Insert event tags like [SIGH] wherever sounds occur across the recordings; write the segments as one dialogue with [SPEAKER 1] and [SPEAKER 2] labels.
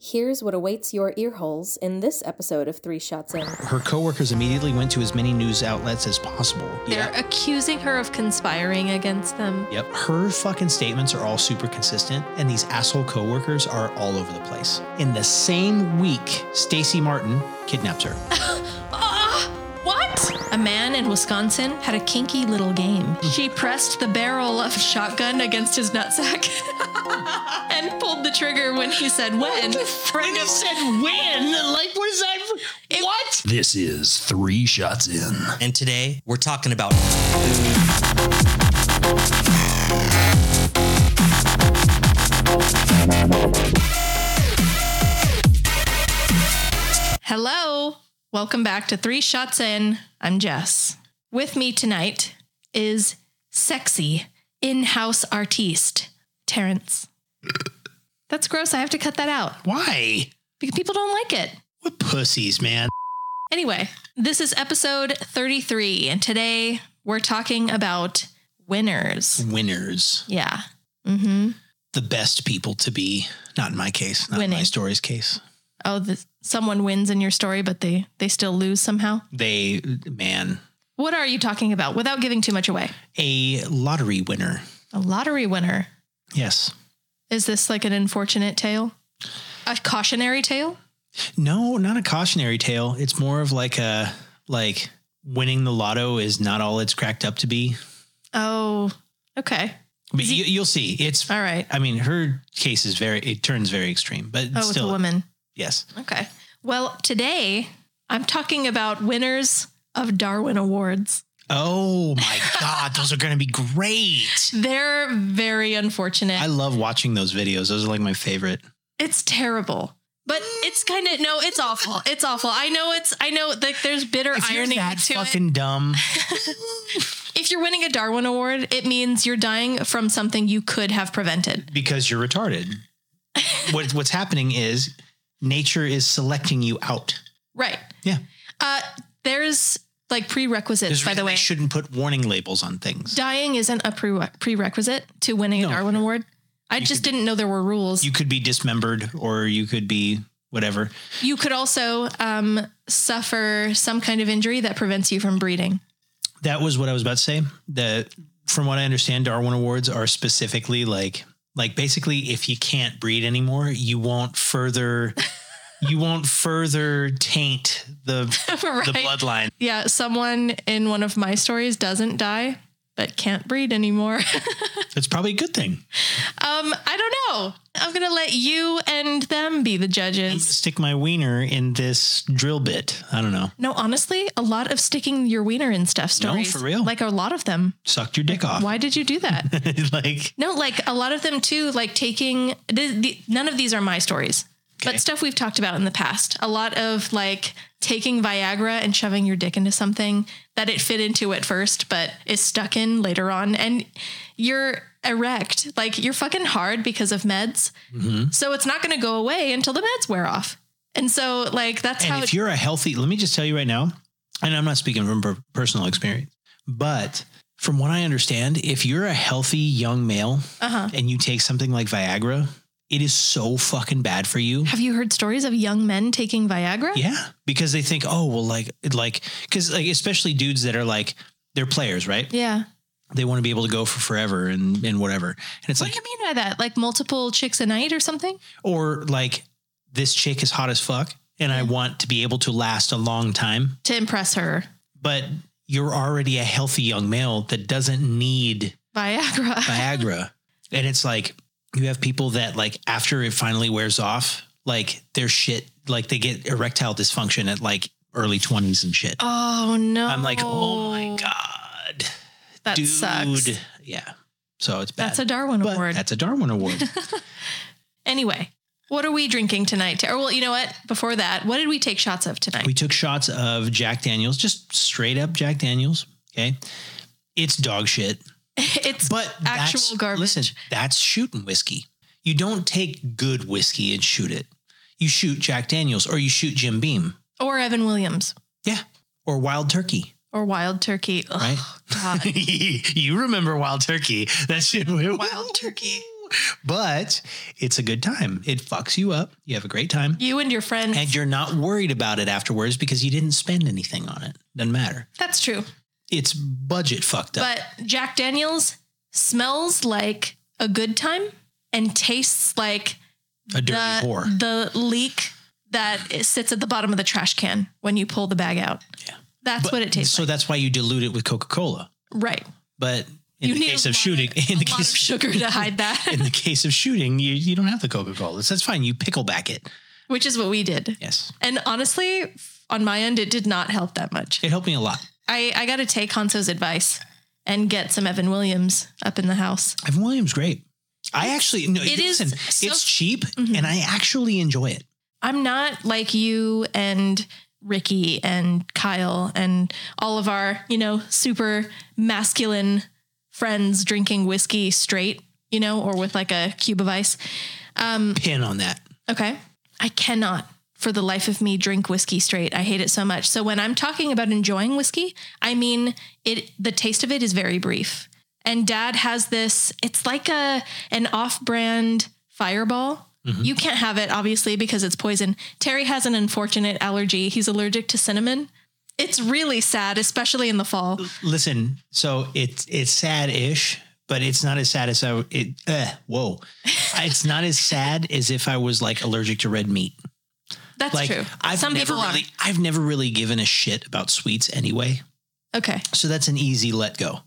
[SPEAKER 1] Here's what awaits your earholes in this episode of Three Shots In.
[SPEAKER 2] Her coworkers immediately went to as many news outlets as possible.
[SPEAKER 3] They're accusing her of conspiring against them.
[SPEAKER 2] Yep. Her fucking statements are all super consistent, and these asshole coworkers are all over the place. In the same week, Stacy Martin kidnaps her.
[SPEAKER 3] Ah, what? A man in Wisconsin had a kinky little game. She pressed the barrel of shotgun against his nutsack [LAUGHS] and pulled the trigger when he said when. Right of-
[SPEAKER 2] when? Like, what is that? What?
[SPEAKER 4] This is Three Shots In.
[SPEAKER 5] And today we're talking about
[SPEAKER 3] Hello. Welcome back to Three Shots In. I'm Jess. With me tonight is sexy in-house artiste, Terrence. That's gross. I have to cut that out
[SPEAKER 2] [LAUGHS] Why?
[SPEAKER 3] because people don't like it.
[SPEAKER 2] What pussies, man?
[SPEAKER 3] Anyway, this is episode 33, and today we're talking about winners.
[SPEAKER 2] Winners.
[SPEAKER 3] Yeah. Mm-hmm.
[SPEAKER 2] The best people to be. Not in my case. Not in my
[SPEAKER 3] Winning.
[SPEAKER 2] story's case.
[SPEAKER 3] Oh, the, someone wins in your story, but they they still lose somehow.
[SPEAKER 2] They, man,
[SPEAKER 3] What are you talking about? Without giving too much away,
[SPEAKER 2] a lottery winner.
[SPEAKER 3] a lottery winner.
[SPEAKER 2] Yes.
[SPEAKER 3] Is this like an unfortunate tale? A cautionary tale?
[SPEAKER 2] No, not a cautionary tale. It's more of like a like winning the lotto is not all it's cracked up to be.
[SPEAKER 3] Oh, okay.
[SPEAKER 2] But you, you'll see. It's.
[SPEAKER 3] All right.
[SPEAKER 2] I mean, her case is very. It turns very extreme, but
[SPEAKER 3] Oh, it's a
[SPEAKER 2] still,
[SPEAKER 3] woman.
[SPEAKER 2] yes.
[SPEAKER 3] Okay. Well, today I'm talking about winners of Darwin Awards.
[SPEAKER 2] Oh my [LAUGHS] God, those are going to be great.
[SPEAKER 3] They're very unfortunate.
[SPEAKER 2] I love watching those videos. Those are like my favorite.
[SPEAKER 3] It's terrible. But it's kind of no, it's awful. It's awful. I know it's I know like there's bitter
[SPEAKER 2] If you're
[SPEAKER 3] irony
[SPEAKER 2] that
[SPEAKER 3] to [LAUGHS]
[SPEAKER 2] fucking dumb,
[SPEAKER 3] it. If you're winning a Darwin award, it means you're dying from something you could have prevented.
[SPEAKER 2] because you're retarded. what, what's happening is nature is selecting you out.
[SPEAKER 3] Right.
[SPEAKER 2] Yeah.
[SPEAKER 3] Uh there's like prerequisites
[SPEAKER 2] There's a
[SPEAKER 3] by the
[SPEAKER 2] reason
[SPEAKER 3] way.
[SPEAKER 2] they shouldn't put warning labels on things.
[SPEAKER 3] dying isn't a pre- prerequisite to winning a
[SPEAKER 2] No.
[SPEAKER 3] Darwin award. I just didn't know there were rules.
[SPEAKER 2] You could be dismembered, or you could be whatever.
[SPEAKER 3] You could also um, suffer some kind of injury that prevents you from breeding. [LAUGHS]
[SPEAKER 2] that was what I was about to say. That from what I understand, Darwin Awards are specifically like like basically if you can't breed anymore, you
[SPEAKER 3] [LAUGHS]
[SPEAKER 2] won't further you won't further taint
[SPEAKER 3] [LAUGHS]
[SPEAKER 2] the
[SPEAKER 3] right.
[SPEAKER 2] the bloodline.
[SPEAKER 3] Yeah, someone in one of my stories doesn't die but can't breed anymore. [LAUGHS]
[SPEAKER 2] It's probably a good thing.
[SPEAKER 3] um, I don't know. I'm gonna let you and them be the
[SPEAKER 2] I'm gonna
[SPEAKER 3] judges.
[SPEAKER 2] stick my wiener in this drill bit. I don't know.
[SPEAKER 3] No, honestly, a lot of sticking your wiener in stuff
[SPEAKER 2] No,
[SPEAKER 3] stories.
[SPEAKER 2] for real.
[SPEAKER 3] Like a lot of them.
[SPEAKER 2] Sucked your dick off.
[SPEAKER 3] Why did you do that?
[SPEAKER 2] [LAUGHS] like
[SPEAKER 3] no, like a lot of them too. Like taking th- th- none of these are my stories,
[SPEAKER 2] Okay.
[SPEAKER 3] but stuff we've talked about in the past. A lot of like taking Viagra and shoving your dick into something that it fit into at first, but is stuck in later on, and you're erect. Like you're fucking hard because of meds,
[SPEAKER 2] Mm-hmm.
[SPEAKER 3] so it's not going to go away until the meds wear off. And so, like that's how
[SPEAKER 2] and if
[SPEAKER 3] it,
[SPEAKER 2] you're a healthy, let me just tell you right now, and I'm not speaking from per- personal experience, but from what I understand, if you're a healthy young male
[SPEAKER 3] uh-huh.
[SPEAKER 2] and you take something like Viagra, it is so fucking bad for you.
[SPEAKER 3] have you heard stories of young men taking Viagra?
[SPEAKER 2] Yeah, because they think, oh well, like like because like especially dudes that are like they're players, right?
[SPEAKER 3] yeah.
[SPEAKER 2] They want to be able to go for forever and and whatever. And it's
[SPEAKER 3] What
[SPEAKER 2] like,
[SPEAKER 3] do you mean by that? Like multiple chicks a night or something?
[SPEAKER 2] or like this chick is hot as fuck, and I want to be able to last a long time,
[SPEAKER 3] to impress her.
[SPEAKER 2] but you're already a healthy young male that doesn't need
[SPEAKER 3] Viagra. [LAUGHS]
[SPEAKER 2] Viagra. and it's like you have people that like after it finally wears off, like their shit, like they get erectile dysfunction at like early 20s and shit.
[SPEAKER 3] Oh no.
[SPEAKER 2] I'm like, oh my God.
[SPEAKER 3] That
[SPEAKER 2] dude.
[SPEAKER 3] sucks.
[SPEAKER 2] Yeah. So it's bad.
[SPEAKER 3] That's a Darwin
[SPEAKER 2] But
[SPEAKER 3] award.
[SPEAKER 2] That's a
[SPEAKER 3] [LAUGHS]
[SPEAKER 2] Darwin award.
[SPEAKER 3] Anyway, what are we drinking tonight? Or well, you know what? Before that, what did we take shots of tonight?
[SPEAKER 2] we took shots of Jack Daniels, just straight up Jack Daniels. Okay. It's dog shit.
[SPEAKER 3] [LAUGHS] it's
[SPEAKER 2] But
[SPEAKER 3] Actual
[SPEAKER 2] that's-
[SPEAKER 3] garbage.
[SPEAKER 2] Listen, that's shooting whiskey. You don't take good whiskey and shoot it. You shoot Jack Daniels or you shoot Jim Beam.
[SPEAKER 3] or Evan Williams
[SPEAKER 2] Yeah. Or Wild Turkey,
[SPEAKER 3] or Wild [LAUGHS] Turkey. Ugh,
[SPEAKER 2] [LAUGHS] right?
[SPEAKER 3] God.
[SPEAKER 2] you remember Wild Turkey. That shit.
[SPEAKER 3] Wild Turkey.
[SPEAKER 2] [LAUGHS] but it's a good time. It fucks you up. You have a great time.
[SPEAKER 3] You and your friends.
[SPEAKER 2] And you're not worried about it afterwards because you didn't spend anything on it. Doesn't matter.
[SPEAKER 3] That's true.
[SPEAKER 2] It's budget fucked up.
[SPEAKER 3] But Jack Daniels smells like a good time and tastes like
[SPEAKER 2] a dirty
[SPEAKER 3] the,
[SPEAKER 2] whore.
[SPEAKER 3] the leak that it sits at the bottom of the trash can when you pull the bag out.
[SPEAKER 2] Yeah.
[SPEAKER 3] That's
[SPEAKER 2] But-
[SPEAKER 3] what it tastes
[SPEAKER 2] So that's why you dilute it with Coca Cola.
[SPEAKER 3] like. Right.
[SPEAKER 2] But in
[SPEAKER 3] you
[SPEAKER 2] the
[SPEAKER 3] need
[SPEAKER 2] case
[SPEAKER 3] a
[SPEAKER 2] of
[SPEAKER 3] lot
[SPEAKER 2] shooting,
[SPEAKER 3] a
[SPEAKER 2] in the
[SPEAKER 3] lot
[SPEAKER 2] case
[SPEAKER 3] of sugar to hide that,
[SPEAKER 2] in the case of shooting, you, you don't have the Coca Cola. So that's fine. You pickle back it.
[SPEAKER 3] [LAUGHS] which is what we did.
[SPEAKER 2] Yes,
[SPEAKER 3] And honestly, on my end, it did not help that much.
[SPEAKER 2] it helped me a lot.
[SPEAKER 3] I, I got to take Hanso's advice and get some Evan Williams up in the house.
[SPEAKER 2] Evan Williams, great. I actually no,
[SPEAKER 3] It is
[SPEAKER 2] listen,
[SPEAKER 3] so-
[SPEAKER 2] it's cheap
[SPEAKER 3] Mhm.
[SPEAKER 2] and I actually enjoy it.
[SPEAKER 3] I'm not like you and Ricky and Kyle and all of our, you know, super masculine friends drinking whiskey straight, you know, or with like a cube of ice. Mm.
[SPEAKER 2] Pin on that.
[SPEAKER 3] Okay. I cannot for the life of me drink whiskey straight. I hate it so much. So when I'm talking about enjoying whiskey, I mean it the taste of it is very brief. And dad has this it's like a an off-brand fireball.
[SPEAKER 2] Mm-hmm.
[SPEAKER 3] You can't have it obviously because it's poison. Terry has an unfortunate allergy. He's allergic to cinnamon. It's really sad, especially in the fall.
[SPEAKER 2] Listen, so it's it's sad ish, but it's not as sad as I it. Uh, whoa,
[SPEAKER 3] [LAUGHS]
[SPEAKER 2] it's not as sad as if I was like allergic to red meat.
[SPEAKER 3] That's
[SPEAKER 2] Like
[SPEAKER 3] true.
[SPEAKER 2] I've
[SPEAKER 3] Some
[SPEAKER 2] never
[SPEAKER 3] people are.
[SPEAKER 2] really, I've never really given a shit about sweets anyway.
[SPEAKER 3] Okay.
[SPEAKER 2] So that's an easy let go.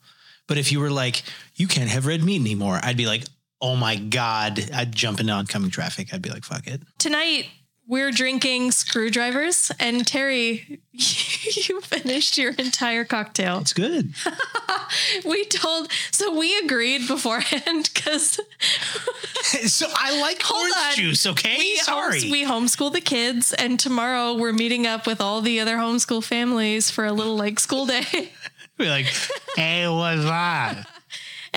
[SPEAKER 2] But if you were like, you can't have red meat anymore, I'd be like, oh my god, I'd jump into oncoming traffic. I'd be like, fuck it.
[SPEAKER 3] tonight we're drinking screwdrivers and terry [LAUGHS] you finished your entire cocktail
[SPEAKER 2] It's good.
[SPEAKER 3] [LAUGHS]
[SPEAKER 2] [LAUGHS]
[SPEAKER 3] we told so we agreed beforehand because
[SPEAKER 2] so I like
[SPEAKER 3] Hold
[SPEAKER 2] orange
[SPEAKER 3] on.
[SPEAKER 2] juice. Okay,
[SPEAKER 3] we,
[SPEAKER 2] sorry.
[SPEAKER 3] homes- we homeschool the kids and tomorrow we're meeting up with all the other homeschool families for a little like school day [LAUGHS]
[SPEAKER 2] We're like, hey, what's that?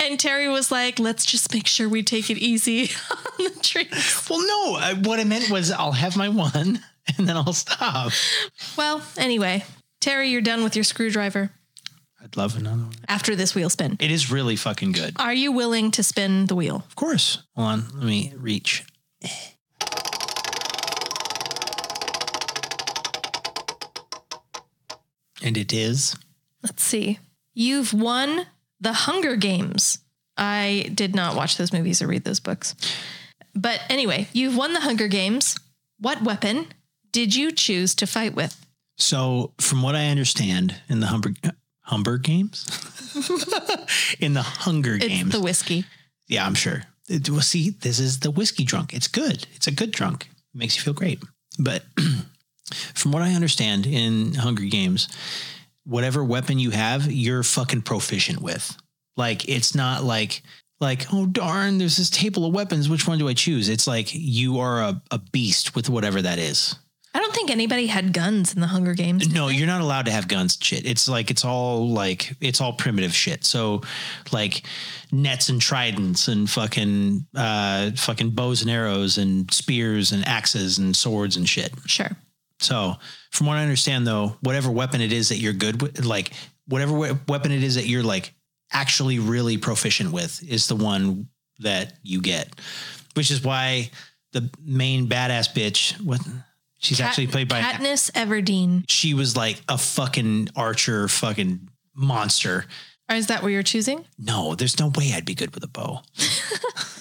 [SPEAKER 3] and terry was like let's just make sure we take it easy [LAUGHS] on the drinks
[SPEAKER 2] Well, no. I, what I meant was, I'll have my one, [LAUGHS] and then I'll stop.
[SPEAKER 3] well anyway terry you're done with your screwdriver
[SPEAKER 2] I'd love another one.
[SPEAKER 3] after this wheel spin
[SPEAKER 2] It is really fucking good.
[SPEAKER 3] are you willing to spin the wheel
[SPEAKER 2] Of course. Hold on. Let me reach. And it is.
[SPEAKER 3] Let's see. You've won the Hunger Games. I did not watch those movies or read those books. But anyway, you've won the Hunger Games. What weapon did you choose to fight with?
[SPEAKER 2] So, from what I understand, in the Humber Humber Games, [LAUGHS] in the Hunger
[SPEAKER 3] It's
[SPEAKER 2] Games,
[SPEAKER 3] the whiskey.
[SPEAKER 2] yeah, I'm sure. It, well, see, this is the whiskey drunk. It's good. It's a good drunk. It makes you feel great. But [CLEARS THROAT] from what I understand, in Hunger Games, whatever weapon you have, you're fucking proficient with. Like, it's not like like oh darn, there's this table of weapons. Which one do I choose? It's like you are a, a beast with whatever that is.
[SPEAKER 3] I don't think anybody had guns in the Hunger Games.
[SPEAKER 2] No, you're not allowed to have guns and shit. It's like it's all like it's all primitive shit. So like nets and tridents and fucking uh fucking bows and arrows and spears and axes and swords and shit.
[SPEAKER 3] Sure.
[SPEAKER 2] So from what I understand though, whatever weapon it is that you're good with like whatever we- weapon it is that you're like actually really proficient with is the one that you get. Which is why the main badass bitch what she's
[SPEAKER 3] Kat-
[SPEAKER 2] actually played by
[SPEAKER 3] Katniss Everdeen.
[SPEAKER 2] she was like a fucking archer, fucking monster.
[SPEAKER 3] Or is that what you're choosing? [LAUGHS]
[SPEAKER 2] No, there's no way I'd be good with a bow.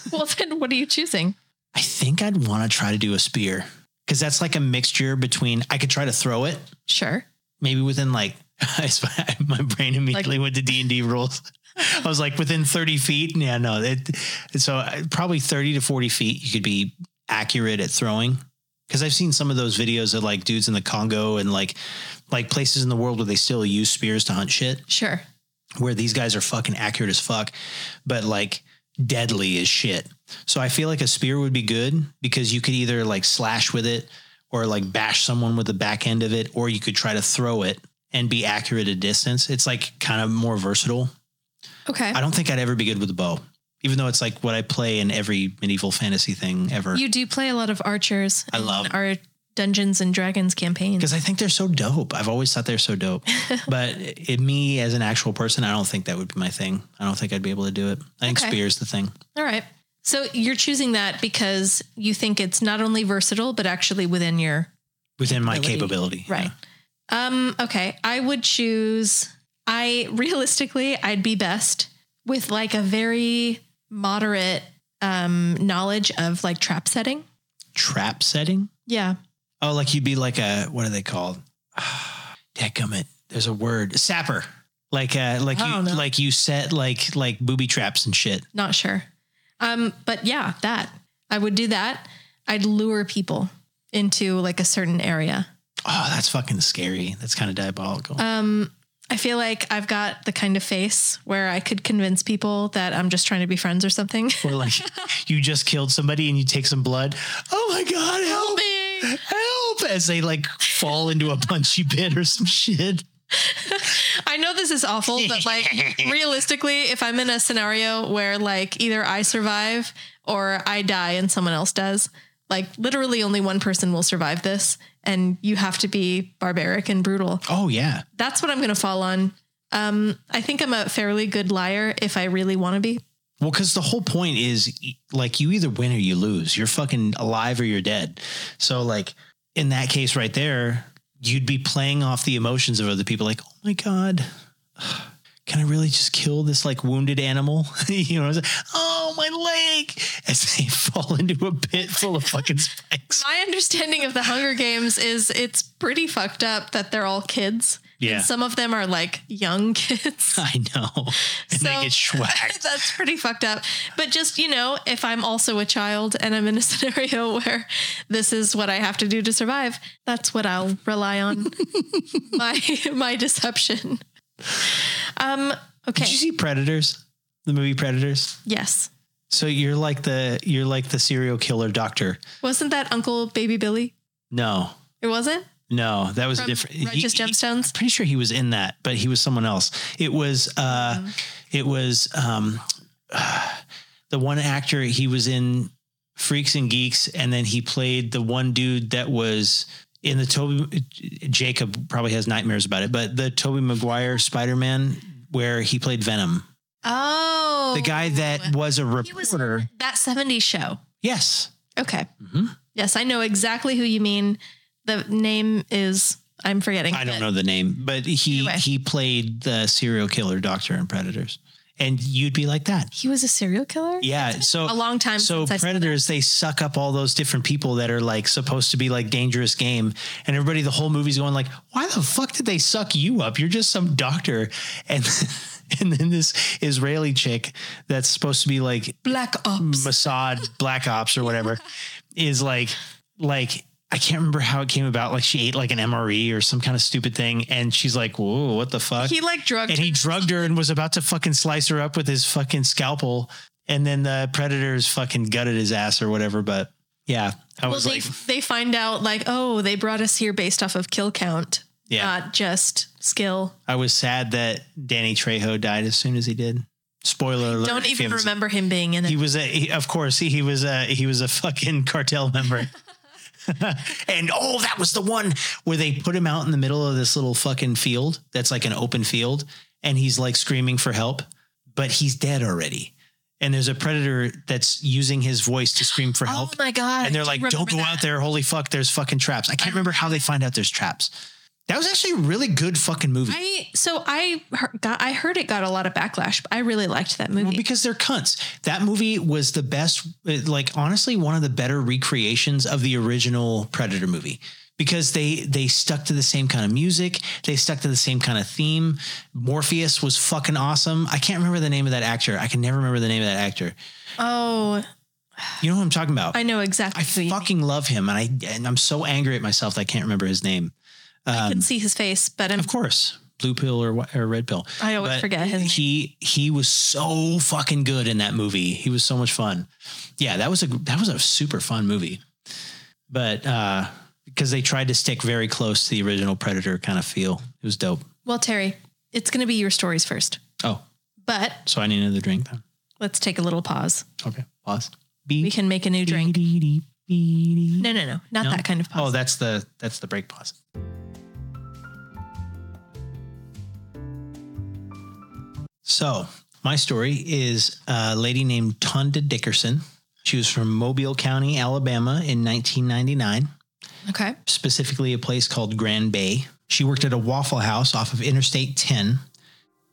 [SPEAKER 3] Well, then what are you choosing?
[SPEAKER 2] I think I'd want to try to do a spear because that's like a mixture between I could try to throw it
[SPEAKER 3] Sure.
[SPEAKER 2] maybe within like [LAUGHS] my brain immediately went to D and D rules. [LAUGHS] I was like within 30 feet. Yeah, no. It, so I- probably 30 to 40 feet, you could be accurate at throwing. Cause I've seen some of those videos of like dudes in the Congo and like, like places in the world where they still use spears to hunt shit.
[SPEAKER 3] Sure.
[SPEAKER 2] where these guys are fucking accurate as fuck, but like deadly as shit. So I feel like a spear would be good because you could either like slash with it or like bash someone with the back end of it, or you could try to throw it and be accurate at distance. It's like kind of more versatile.
[SPEAKER 3] Okay.
[SPEAKER 2] I don't think I'd ever be good with a bow, even though it's like what I play in every medieval fantasy thing ever.
[SPEAKER 3] You do play a lot of archers.
[SPEAKER 2] I
[SPEAKER 3] in
[SPEAKER 2] love-
[SPEAKER 3] our Dungeons and Dragons campaign.
[SPEAKER 2] because I think they're so dope. I've always thought they're
[SPEAKER 3] [LAUGHS]
[SPEAKER 2] so dope. but it, me as an actual person, I don't think that would be my thing. I don't think I'd be able to do it. I think
[SPEAKER 3] Okay.
[SPEAKER 2] spear is the thing.
[SPEAKER 3] All right. So you're choosing that because you think it's not only versatile, but actually within your
[SPEAKER 2] within my
[SPEAKER 3] Capability.
[SPEAKER 2] capability.
[SPEAKER 3] right. Um, okay. I would choose I realistically I'd be best with like a very moderate um knowledge of like trap setting.
[SPEAKER 2] Trap setting.
[SPEAKER 3] Yeah.
[SPEAKER 2] Oh, like you'd be like a what are they called? [SIGHS] Dadgummit. There's a word. Sapper. Like uh like
[SPEAKER 3] I
[SPEAKER 2] you
[SPEAKER 3] don't know.
[SPEAKER 2] like you set like like booby traps and shit.
[SPEAKER 3] Not sure. Um, but yeah, that I would do that. I'd lure people into like a certain area.
[SPEAKER 2] Oh, that's fucking scary. That's kind of diabolical.
[SPEAKER 3] Um, I feel like I've got the kind of face where I could convince people that I'm just trying to be friends or something. [LAUGHS]
[SPEAKER 2] or like you just killed somebody and you take some blood. Oh my god, help
[SPEAKER 3] me.
[SPEAKER 2] Help as they like fall into a punchy pit or some shit.
[SPEAKER 3] I know this is awful, but like realistically, if I'm in a scenario where like either I survive or I die and someone else does, like literally only one person will survive this and you have to be barbaric and brutal.
[SPEAKER 2] Oh yeah.
[SPEAKER 3] That's what I'm going to fall on. Um, I think I'm a fairly good liar if I really want to be.
[SPEAKER 2] Well, because the whole point is e- like you either win or you lose. You're fucking alive or you're dead. So, like in that case right there, you'd be playing off the emotions of other people. Like, oh my god, [SIGHS] can I really just kill this like wounded animal? [LAUGHS] you know, it's like, oh my leg, as they [LAUGHS] fall into a pit full of fucking spikes. [LAUGHS]
[SPEAKER 3] My understanding of the Hunger Games is it's pretty fucked up that they're all kids.
[SPEAKER 2] Yeah.
[SPEAKER 3] And some of them are like young [LAUGHS] kids.
[SPEAKER 2] I know, and they
[SPEAKER 3] So-
[SPEAKER 2] get
[SPEAKER 3] [LAUGHS]
[SPEAKER 2] schwacked.
[SPEAKER 3] That's pretty fucked up. But just, you know, if I'm also a child and I'm in a [LAUGHS] scenario where this is what I have to do to survive, that's what I'll rely
[SPEAKER 2] [LAUGHS]
[SPEAKER 3] on. my my deception. Um,
[SPEAKER 2] Did you
[SPEAKER 3] okay.
[SPEAKER 2] see Predators? The movie Predators.
[SPEAKER 3] Yes.
[SPEAKER 2] So you're like the you're like the serial killer doctor.
[SPEAKER 3] Wasn't that Uncle Baby Billy?
[SPEAKER 2] No,
[SPEAKER 3] It wasn't?
[SPEAKER 2] No, that was
[SPEAKER 3] From
[SPEAKER 2] a different.
[SPEAKER 3] Righteous
[SPEAKER 2] he- he-
[SPEAKER 3] Gemstones?
[SPEAKER 2] I'm pretty sure he was in that, but he was someone else. It was, uh,
[SPEAKER 3] Mm-hmm.
[SPEAKER 2] it was um, [SIGHS] the one actor he was in Freaks and Geeks, and then he played the one dude that was in the Toby. Jacob probably has nightmares about it, but the Toby Maguire Spider Man where he played Venom,
[SPEAKER 3] Oh.
[SPEAKER 2] the guy that was a
[SPEAKER 3] He was
[SPEAKER 2] reporter.
[SPEAKER 3] in that 70s show.
[SPEAKER 2] yes,
[SPEAKER 3] Okay.
[SPEAKER 2] Mhm.
[SPEAKER 3] Yes, I know exactly who you mean. The name is I'm forgetting.
[SPEAKER 2] I don't
[SPEAKER 3] but
[SPEAKER 2] know the name, but he
[SPEAKER 3] Either way.
[SPEAKER 2] he played the serial killer doctor in Predators, and you'd be like that.
[SPEAKER 3] He was a serial killer?
[SPEAKER 2] Yeah. So
[SPEAKER 3] A long time
[SPEAKER 2] So
[SPEAKER 3] since I saw
[SPEAKER 2] predators, they suck up all those different people that are like supposed to be like dangerous game, and everybody the whole movie's going like, why the fuck did they suck you up? You're just some doctor, and [LAUGHS] and then this Israeli chick that's supposed to be like
[SPEAKER 3] Black
[SPEAKER 2] Mm.
[SPEAKER 3] Ops.
[SPEAKER 2] Mossad Black Ops or
[SPEAKER 3] [LAUGHS]
[SPEAKER 2] whatever is like like I can't remember how it came about. Like she ate like an MRE or some kind of stupid thing, and she's like, whoa, what the fuck?
[SPEAKER 3] He like drugged
[SPEAKER 2] and he drugged her and was about to fucking slice her up with his fucking scalpel. And then the predators fucking gutted his ass or whatever. But yeah, I
[SPEAKER 3] Well,
[SPEAKER 2] was
[SPEAKER 3] they,
[SPEAKER 2] like,
[SPEAKER 3] they find out like, oh, they brought us here based off of kill count,
[SPEAKER 2] yeah,
[SPEAKER 3] not just skill.
[SPEAKER 2] I was sad that Danny Trejo died as soon as he did. Spoiler alert.
[SPEAKER 3] Don't
[SPEAKER 2] if you
[SPEAKER 3] even
[SPEAKER 2] haven't seen-
[SPEAKER 3] remember him being in it.
[SPEAKER 2] He was a, he, of course, he, he was a, he was a fucking cartel
[SPEAKER 3] [LAUGHS]
[SPEAKER 2] member. and oh, that was the one where they put him out in the middle of this little fucking field that's like an open field, and he's like screaming for help, but he's dead already. And there's a predator that's using his voice to scream for
[SPEAKER 3] oh
[SPEAKER 2] help.
[SPEAKER 3] my god!
[SPEAKER 2] and they're
[SPEAKER 3] I do
[SPEAKER 2] like,
[SPEAKER 3] remember
[SPEAKER 2] "Don't go
[SPEAKER 3] that.
[SPEAKER 2] out there! Holy fuck, there's fucking traps!" I can't remember how they find out there's traps. That was actually a really good fucking movie.
[SPEAKER 3] I so I heard, got I heard it got a lot of backlash. But I really liked that movie.
[SPEAKER 2] Well, because they're cunts. That movie was the best, uh, like honestly, one of the better recreations of the original Predator movie because they they stuck to the same kind of music, they stuck to the same kind of theme. Morpheus was fucking awesome. I can't remember the name of that actor. I can never remember the name of that actor.
[SPEAKER 3] oh,
[SPEAKER 2] You know who I'm talking about?
[SPEAKER 3] I know exactly.
[SPEAKER 2] I
[SPEAKER 3] who you mean.
[SPEAKER 2] fucking love him, and I and I'm so angry at myself that I can't remember his name.
[SPEAKER 3] I
[SPEAKER 2] Um,
[SPEAKER 3] can see his face, but I'm,
[SPEAKER 2] of course, blue pill or wh- or red pill.
[SPEAKER 3] I always
[SPEAKER 2] But
[SPEAKER 3] forget his name.
[SPEAKER 2] He he was so fucking good in that movie. He was so much fun. Yeah, that was a that was a super fun movie. But uh because they tried to stick very close to the original Predator kind of feel. It was dope.
[SPEAKER 3] Well, Terry, it's going to be your stories first,
[SPEAKER 2] Oh,
[SPEAKER 3] but
[SPEAKER 2] so I need another drink then.
[SPEAKER 3] let's take a little pause.
[SPEAKER 2] Okay. Pause.
[SPEAKER 3] We
[SPEAKER 2] Beep.
[SPEAKER 3] can make a new drink.
[SPEAKER 2] Beep, beep,
[SPEAKER 3] No, no, no, not
[SPEAKER 2] No?
[SPEAKER 3] that kind of
[SPEAKER 2] Oh,
[SPEAKER 3] pause.
[SPEAKER 2] that's the that's the break pause. So my story is a lady named Tonda Dickerson She was from Mobile County, Alabama in 1999,
[SPEAKER 3] Okay.
[SPEAKER 2] specifically a place called Grand Bay. She worked at a Waffle House off of Interstate 10.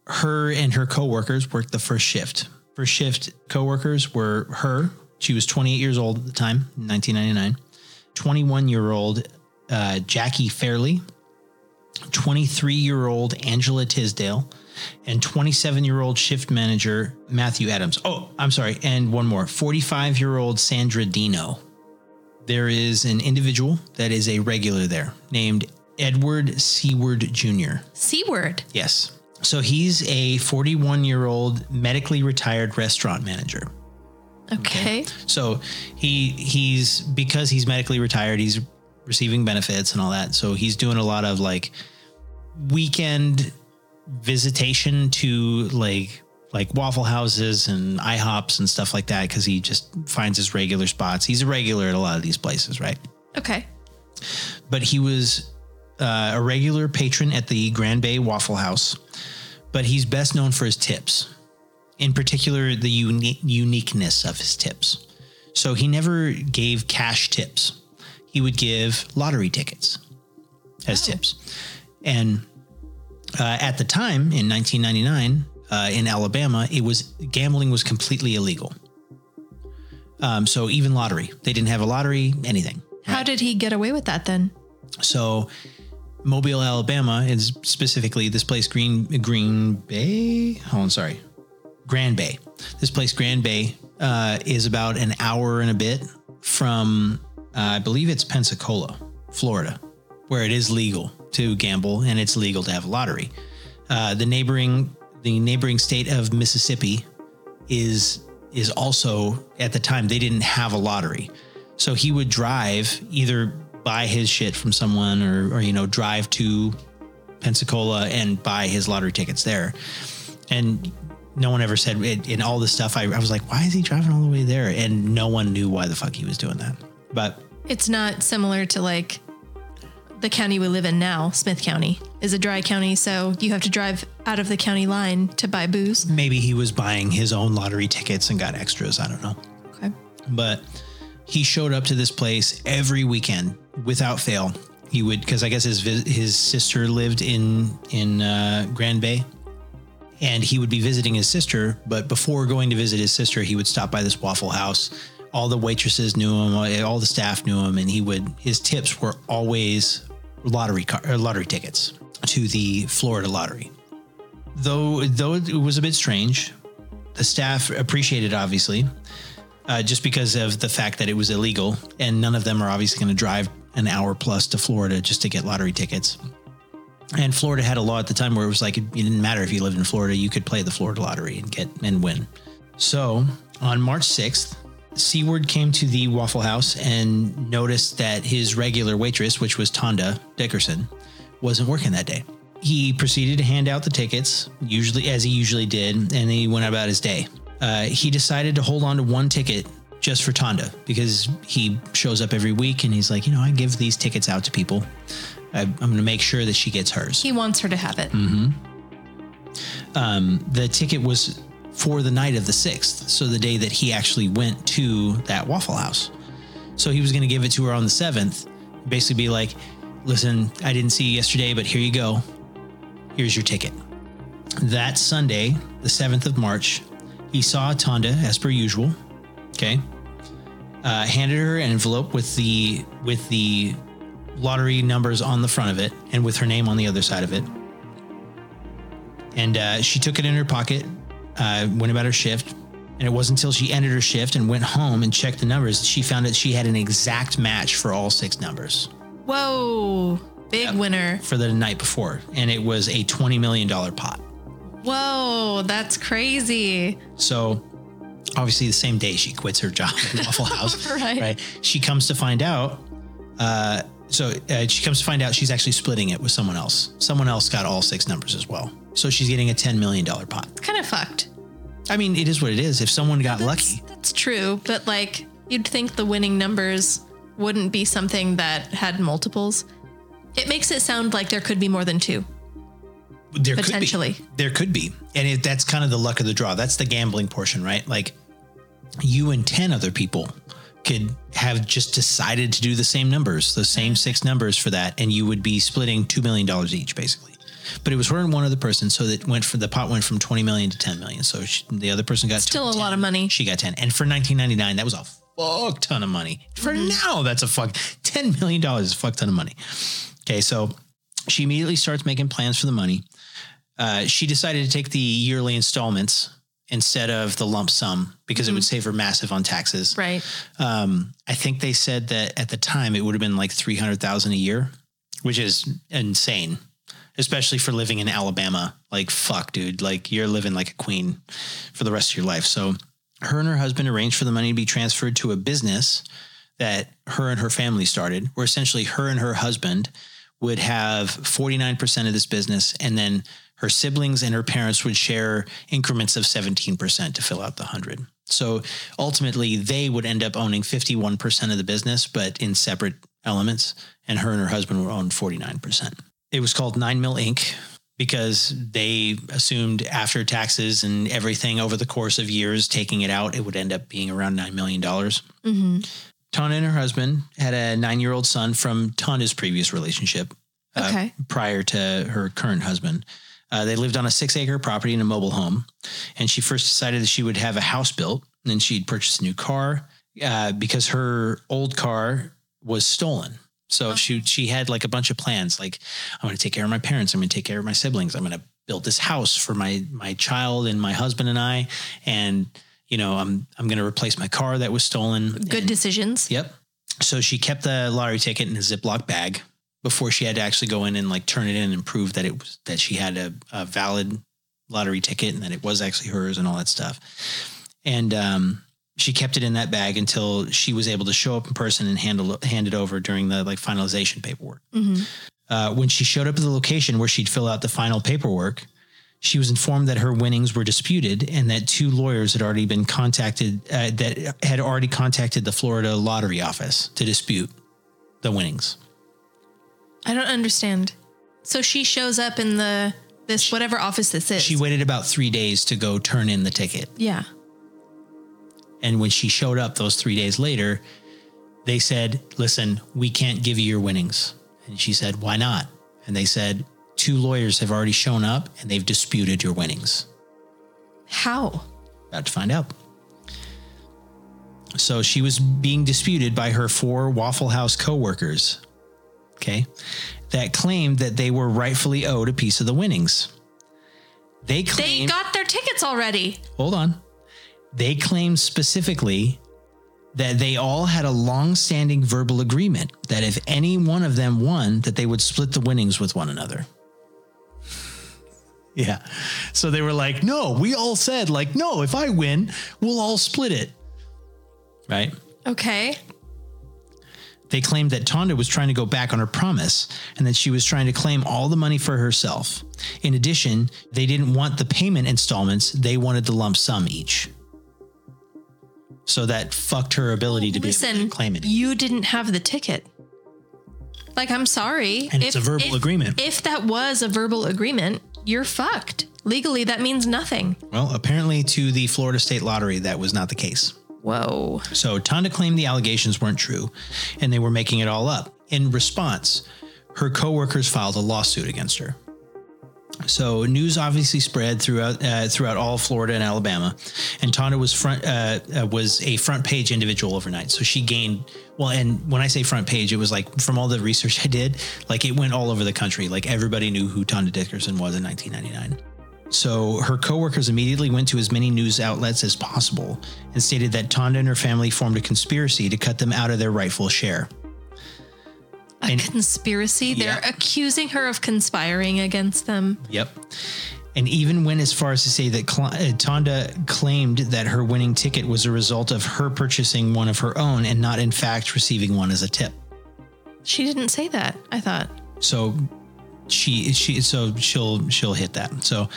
[SPEAKER 2] Her and her coworkers worked the first shift. First shift coworkers were her. She was 28 years old at the time, in 1999. 21 year old uh, Jackie Fairley, 23 year old Angela Tisdale, and 27 year old shift manager Matthew Adams. Oh, I'm sorry. And one more 45 year old Sandra Dino. There is an individual that is a regular there named Edward Seward Jr.
[SPEAKER 3] C word.
[SPEAKER 2] Yes. So he's a 41 year old medically retired restaurant manager.
[SPEAKER 3] Okay.
[SPEAKER 2] So he he's because he's medically retired, he's receiving benefits and all that. So he's doing a lot of like weekend visitation to like like waffle houses and IHOPs and stuff like that because he just finds his regular spots. He's a regular at a lot of these places, right?
[SPEAKER 3] Okay.
[SPEAKER 2] but he was uh, a regular patron at the Grand Bay Waffle House. But he's best known for his tips, in particular, the uni- uniqueness of his tips. So he never gave cash tips, he would give lottery tickets as tips. And uh, at the time in 1999, uh, in Alabama, it was gambling was completely illegal. Um, so even lottery, they didn't have a lottery, anything.
[SPEAKER 3] How did he get away with that then?
[SPEAKER 2] So Mobile, Alabama is specifically this place Green Green Bay. Oh, I'm sorry. Grand Bay. This place Grand Bay uh, is about an hour and a bit from uh, I believe it's Pensacola, Florida, where it is legal to gamble and it's legal to have a lottery. Uh, the neighboring the neighboring state of Mississippi is is also at the time they didn't have a lottery. So he would drive either buy his shit from someone or or you know drive to Pensacola and buy his lottery tickets there. And no one ever said it, in all this stuff I, I was like why is he driving all the way there and no one knew why the fuck he was doing that. But
[SPEAKER 3] It's not similar to like the county we live in now, Smith County, is a dry county, so you have to drive out of the county line to buy booze.
[SPEAKER 2] maybe he was buying his own lottery tickets and got extras, I don't know.
[SPEAKER 3] Okay.
[SPEAKER 2] but he showed up to this place every weekend without fail. He would because I guess his vis- his sister lived in in uh, Grand Bay, and he would be visiting his sister. But before going to visit his sister, he would stop by this Waffle House. All the waitresses knew him, uh, all- all the staff knew him, and he would his tips were always lottery car, or lottery tickets to the Florida lottery. Though though it was a bit strange, the staff appreciated obviously uh, just because of the fact that it was illegal, and none of them are obviously going to drive an hour plus to Florida just to get lottery tickets. And Florida had a law at the time where it was like it didn't matter if you lived in Florida, you could play the Florida lottery and get and win. So on March sixth, Seaward came to the Waffle House and noticed that his regular waitress, which was Tonda Dickerson, wasn't working that day. He proceeded to hand out the tickets, usually as he usually did, and then he went about his day. Uh, he decided to hold on to one ticket just for Tonda because he shows up every week and he's like, you know, I give these tickets out to people. I, I'm going to make sure that she gets hers.
[SPEAKER 3] He wants her to have it.
[SPEAKER 2] Um, the ticket was for the night of the 6th, so the day that he actually went to that Waffle House. So he was going to give it to her on the 7th, basically be like, listen, I didn't see you yesterday, but here you go. Here's your ticket. That Sunday, the 7th of March, he saw Tonda as per usual. Okay. Uh, handed her an envelope with the with the lottery numbers on the front of it and with her name on the other side of it and uh, she took it in her pocket, uh, went about her shift. And it wasn't until she ended her shift and went home and checked the numbers that she found that she had an exact match for all six numbers
[SPEAKER 3] Whoa. Big winner.
[SPEAKER 2] for the night before. And it was a $20 million pot.
[SPEAKER 3] Whoa, that's crazy.
[SPEAKER 2] So obviously the same day she quits her job
[SPEAKER 3] [LAUGHS]
[SPEAKER 2] at Waffle House,
[SPEAKER 3] Right.
[SPEAKER 2] She comes to find out. Uh, so uh, she comes to find out she's actually splitting it with someone else. Someone else got all six numbers as well. So she's getting a $10 million pot.
[SPEAKER 3] It's kind of fucked.
[SPEAKER 2] I mean, it is what it is. If someone got lucky,
[SPEAKER 3] That's true, but like you'd think the winning numbers wouldn't be something that had multiples. It makes it sound like there could be more than two.
[SPEAKER 2] there
[SPEAKER 3] Potentially.
[SPEAKER 2] could be. there could be and it, that's kind of the luck of the draw that's the gambling portion right like you and 10 other people could have just decided to do the same numbers, the same six numbers for that, and you would be splitting $2 million each, basically. But it was her and one other person, so that went for the pot went from 20 million to 10 million. So she, the other person got
[SPEAKER 3] Still a lot of money.
[SPEAKER 2] She got 10. And for 1999, that was a fuck ton of money. For
[SPEAKER 3] Mm-hmm.
[SPEAKER 2] now, that's a fuck $10 million is a fuck ton of money. Okay, so she immediately starts making plans for the money. Uh, she decided to take the yearly installments instead of the lump sum because it would save her massive on taxes.
[SPEAKER 3] Right.
[SPEAKER 2] Um, I think they said that at the time it would have been like 300,000 a year, which is insane, especially for living in Alabama. Like, fuck, dude, like you're living like a queen for the rest of your life. So her and her husband arranged for the money to be transferred to a business that her and her family started, where essentially her and her husband would have 49% of this business and then her siblings and her parents would share increments of 17% to fill out the 100. So ultimately they would end up owning 51% of the business but in separate elements and her and her husband would own 49%. It was called 9 Mill Inc because they assumed after taxes and everything over the course of years taking it out it would end up being around 9 million dollars.
[SPEAKER 3] Mm-hmm.
[SPEAKER 2] Tana and her husband had a nine year old son from Tana's previous relationship uh,
[SPEAKER 3] Okay.
[SPEAKER 2] prior to her current husband. Uh, they lived on a six acre property in a mobile home. And she first decided that she would have a house built. and Then she'd purchase a new car uh, because her old car was stolen. So she she had like a bunch of plans like I'm going to take care of my parents, I'm going to take care of my siblings, I'm going to build this house for my my child and my husband and I and you know I'm I'm going to replace my car that was stolen.
[SPEAKER 3] Good
[SPEAKER 2] and-
[SPEAKER 3] decisions.
[SPEAKER 2] Yep. So she kept the lottery ticket in a Ziploc bag before she had to actually go in and like turn it in and prove that it was that she had a, a valid lottery ticket and that it was actually hers and all that stuff. And um, she kept it in that bag until she was able to show up in person and handle hand it over during the like finalization paperwork.
[SPEAKER 3] hmm
[SPEAKER 2] Uh, when she showed up at the location where she'd fill out the final paperwork, she was informed that her winnings were disputed and that two lawyers had already been contacted, uh, that had already contacted the Florida Lottery Office to dispute the winnings.
[SPEAKER 3] I don't understand. So she shows up in the this whatever office this is.
[SPEAKER 2] She waited about three days to go turn in the ticket.
[SPEAKER 3] yeah.
[SPEAKER 2] And when she showed up those three days later, they said, Listen, we can't give you your winnings. And she said, Why not? And they said, Two lawyers have already shown up and they've disputed your winnings.
[SPEAKER 3] How?
[SPEAKER 2] About to find out. So she was being disputed by her four Waffle House coworkers, okay, that claimed that they were rightfully owed a piece of the winnings. They
[SPEAKER 3] They
[SPEAKER 2] claimed,
[SPEAKER 3] got their tickets already.
[SPEAKER 2] hold on, they claimed specifically that they all had a long-standing verbal agreement that if any one of them won, that they would split the winnings with one another. [LAUGHS] Yeah. So they were like, no, we all said, like, no, if I win, we'll all split it. Right.
[SPEAKER 3] Okay.
[SPEAKER 2] They claimed that Tonda was trying to go back on her promise and that she was trying to claim all the money for herself. In addition, they didn't want the payment installments, they wanted the lump sum each. So that fucked her ability to be able
[SPEAKER 3] Listen,
[SPEAKER 2] to claim it.
[SPEAKER 3] you didn't have the ticket. Like, I'm sorry.
[SPEAKER 2] And it's a verbal agreement.
[SPEAKER 3] If that was a verbal agreement, you're fucked. Legally, that means nothing.
[SPEAKER 2] Well, apparently to the Florida State Lottery, that was not the case.
[SPEAKER 3] Whoa.
[SPEAKER 2] So Tonda claimed the allegations weren't true and they were making it all up. In response, her coworkers filed a lawsuit against her. So news obviously spread throughout uh, throughout all Florida and Alabama, and Tonda was front uh, uh, was a front page individual overnight. So she gained well, and when I say front page, it was like from all the research [LAUGHS] I did, like it went all over the country. Like everybody knew who Tonda Dickerson was in 1999. So her coworkers immediately went to as many news outlets as possible and stated that Tonda and her family formed a conspiracy to cut them out of their rightful share.
[SPEAKER 3] A conspiracy? They're
[SPEAKER 2] Yeah.
[SPEAKER 3] accusing her of conspiring against them.
[SPEAKER 2] Yep. And even went as far as to say that Cl- uh, Tonda claimed that her winning ticket was a result of her purchasing one of her own and not, in fact, receiving one as a tip.
[SPEAKER 3] She didn't say that, I thought.
[SPEAKER 2] So she she so she'll she'll hit that. So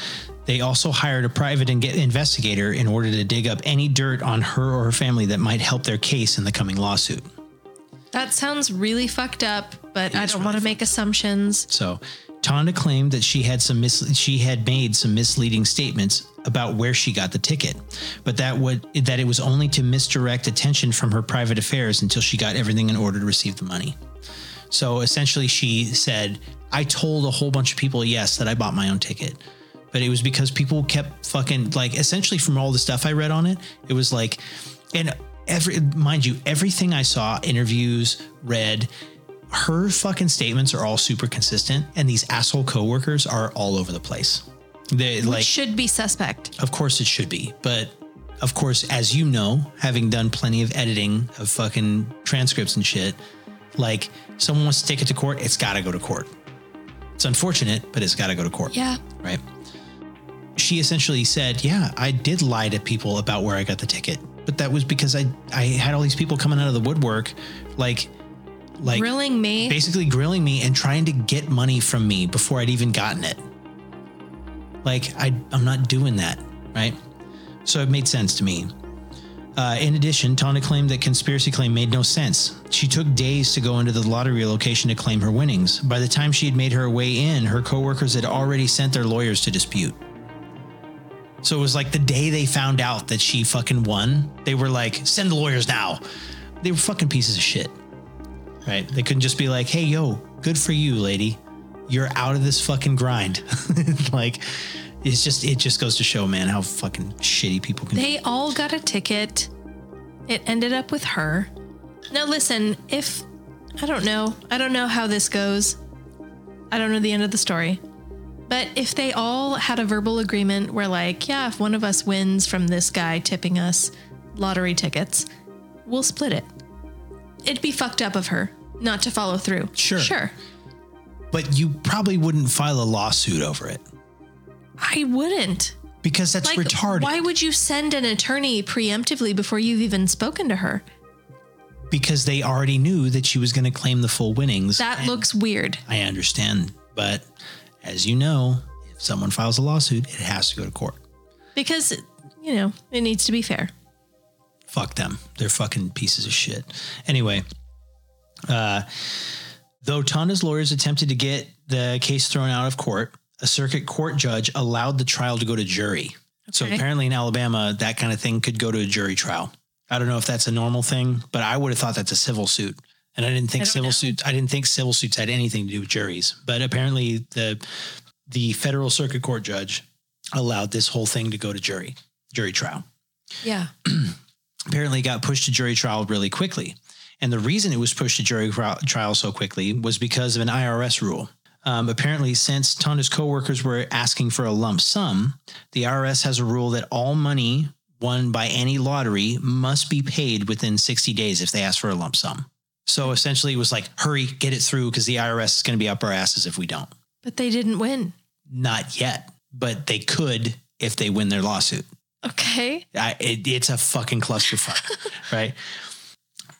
[SPEAKER 2] they also hired a private and investigator in order to dig up any dirt on her or her family that might help their case in the coming lawsuit.
[SPEAKER 3] That sounds really fucked up, but I
[SPEAKER 2] is
[SPEAKER 3] don't want to
[SPEAKER 2] really
[SPEAKER 3] make assumptions.
[SPEAKER 2] So, Tonda claimed that she had some mis- she had made some misleading statements about where she got the ticket, but that would that it was only to misdirect attention from her private affairs until she got everything in order to receive the money. So essentially, she said, "I told a whole bunch of people yes that I bought my own ticket." But it was because people kept fucking like essentially from all the stuff I read on it, it was like, and every mind you, everything I saw, interviews, read, her fucking statements are all super consistent, and these asshole coworkers are all over the place. They like, uh,
[SPEAKER 3] Which should be suspect.
[SPEAKER 2] of course it should be, but of course, as you know, having done plenty of editing of fucking transcripts and shit, like someone wants to take it to court, it's got to go to court. It's unfortunate, but it's got to go to court
[SPEAKER 3] Yeah.
[SPEAKER 2] right? She essentially said, "Yeah, I did lie to people about where I got the ticket, but that was because I I had all these people coming out of the woodwork, like, like
[SPEAKER 3] Grilling me.
[SPEAKER 2] basically grilling me and trying to get money from me before I'd even gotten it. Like I I'm not doing that, right? So it made sense to me. Uh, in addition, Tonda claimed that conspiracy claim made no sense. She took days to go into the lottery location to claim her winnings. By the time she had made her way in, her coworkers had already sent their lawyers to dispute. So it was like the day they found out that she fucking won, they were like, send the lawyers now. They were fucking pieces of shit. Right? They couldn't just be like, hey, yo, good for you, lady. You're out of this fucking grind. [LAUGHS] like, it's just, it just goes to show, man, how fucking shitty people can be.
[SPEAKER 3] They all got a ticket. It ended up with her. Now, listen, if I don't know, I don't know how this goes. I don't know the end of the story. But if they all had a verbal agreement where, like, yeah, if one of us wins from this guy tipping us lottery tickets, we'll split it. It'd be fucked up of her not to follow through.
[SPEAKER 2] Sure.
[SPEAKER 3] Sure.
[SPEAKER 2] but you probably wouldn't file a lawsuit over it
[SPEAKER 3] I wouldn't.
[SPEAKER 2] because that's
[SPEAKER 3] Like,
[SPEAKER 2] retarded.
[SPEAKER 3] why would you send an attorney preemptively before you've even spoken to her?
[SPEAKER 2] Because they already knew that she was going to claim the full winnings.
[SPEAKER 3] That
[SPEAKER 2] And
[SPEAKER 3] looks weird.
[SPEAKER 2] I understand, but as you know, if someone files a lawsuit, it has to go to court.
[SPEAKER 3] because you know it needs to be fair.
[SPEAKER 2] fuck them. They're fucking pieces of shit. Anyway, uh, though Tonda's lawyers attempted to get the case thrown out of court, a circuit court judge allowed the trial to go to jury. So
[SPEAKER 3] Okay.
[SPEAKER 2] apparently in Alabama, that kind of thing could go to a jury trial. I don't know if that's a normal thing, but I would have thought that's a civil suit. And I didn't think
[SPEAKER 3] I don't
[SPEAKER 2] civil
[SPEAKER 3] know.
[SPEAKER 2] suits I didn't think civil suits had anything to do with juries. But apparently the the federal circuit court judge allowed this whole thing to go to jury, jury trial
[SPEAKER 3] Yeah.
[SPEAKER 2] apparently got pushed to jury trial really quickly. And the reason it was pushed to jury cri- trial so quickly was because of an IRS rule. Um, apparently, since Tonda's coworkers were asking for a lump sum, the IRS has a rule that all money won by any lottery must be paid within 60 days if they ask for a lump sum. So essentially, it was like, hurry, get it through because the IRS is going to be up our asses if we don't.
[SPEAKER 3] But they didn't win.
[SPEAKER 2] Not yet, but they could if they win their lawsuit.
[SPEAKER 3] Okay.
[SPEAKER 2] I, it, it's a fucking clusterfuck, [LAUGHS] right?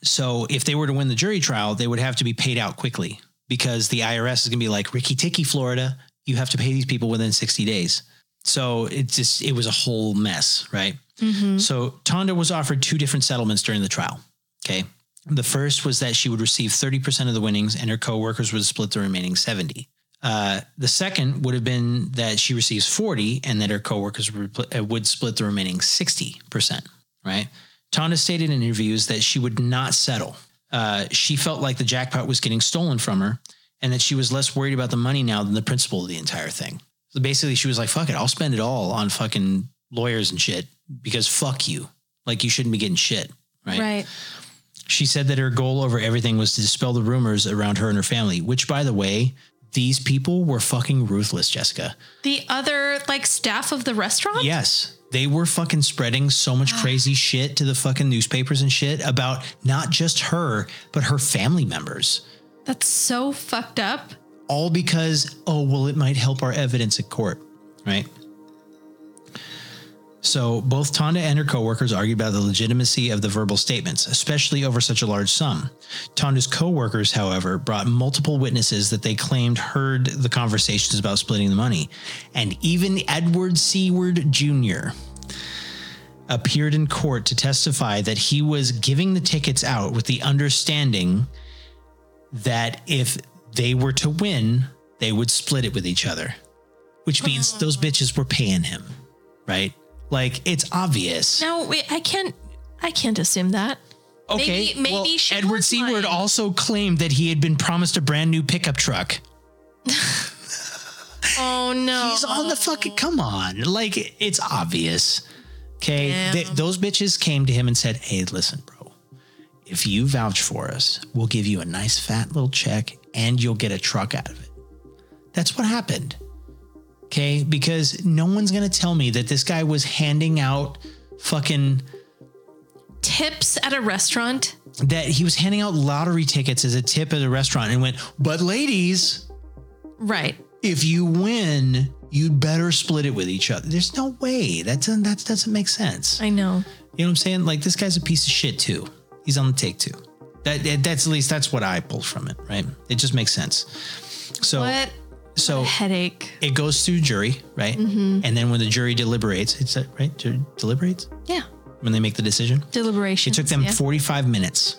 [SPEAKER 2] So if they were to win the jury trial, they would have to be paid out quickly because the IRS is going to be like Ricky Ticky, Florida. You have to pay these people within 60 days. So it just it was a whole mess, right?
[SPEAKER 3] Mm-hmm.
[SPEAKER 2] So Tonda was offered two different settlements during the trial. Okay. The first was that she would receive 30% of the winnings and her coworkers would split the remaining 70. Uh, the second would have been that she receives 40 and that her coworkers would, pl- uh, would split the remaining 60%, right? Tonda stated in interviews that she would not settle. Uh, she felt like the jackpot was getting stolen from her and that she was less worried about the money now than the principle of the entire thing. So basically, she was like, fuck it, I'll spend it all on fucking lawyers and shit because fuck you. Like, you shouldn't be getting shit, right? She said that her goal over everything was to dispel the rumors around her and her family, which, by the way, these people were fucking ruthless, Jessica.
[SPEAKER 3] The other like staff of the restaurant.
[SPEAKER 2] Yes. They were fucking spreading so much crazy shit to the fucking newspapers and shit about not just her, but her family members.
[SPEAKER 3] That's so fucked up.
[SPEAKER 2] all because oh well it might help our evidence at court right so both tonda and her coworkers argued about the legitimacy of the verbal statements especially over such a large sum tonda's coworkers however brought multiple witnesses that they claimed heard the conversations about splitting the money and even edward seward jr appeared in court to testify that he was giving the tickets out with the understanding that if they were to
[SPEAKER 3] Hmm.
[SPEAKER 2] win, they would split it with each other, which means those bitches were paying him, right? Like it's obvious.
[SPEAKER 3] No, we, I can't. I can't assume that.
[SPEAKER 2] okay,
[SPEAKER 3] maybe- maybe
[SPEAKER 2] well,
[SPEAKER 3] she
[SPEAKER 2] Edward
[SPEAKER 3] was
[SPEAKER 2] Seaward
[SPEAKER 3] lying.
[SPEAKER 2] also claimed that he had been promised a brand new pickup truck.
[SPEAKER 3] Oh no.
[SPEAKER 2] He's on the fucking. Come on, like it's obvious. Okay,
[SPEAKER 3] Yeah.
[SPEAKER 2] Th- those bitches came to him and said, "Hey, listen, bro, if you vouch for us, we'll give you a nice fat little check, and you'll get a truck out of it." That's what happened. Okay, because no one's gonna tell me that this guy was handing out fucking
[SPEAKER 3] Tips at a restaurant.
[SPEAKER 2] that he was handing out lottery tickets as a tip at a restaurant and went, "But ladies,
[SPEAKER 3] Right.
[SPEAKER 2] if you win, you'd better split it with each other. There's no way. That doesn't that doesn't make sense.
[SPEAKER 3] I know.
[SPEAKER 2] You know what I'm saying? Like this guy's a piece of shit too. He's on the take too. That that- that's at least that's what I pulled from it, right? It just makes sense. So
[SPEAKER 3] What
[SPEAKER 2] so
[SPEAKER 3] headache?
[SPEAKER 2] it goes through jury, right? And then when the jury deliberates, it's that right? Jury deliberates
[SPEAKER 3] Yeah.
[SPEAKER 2] when they make the decision.
[SPEAKER 3] Deliberation.
[SPEAKER 2] It took them 45 minutes.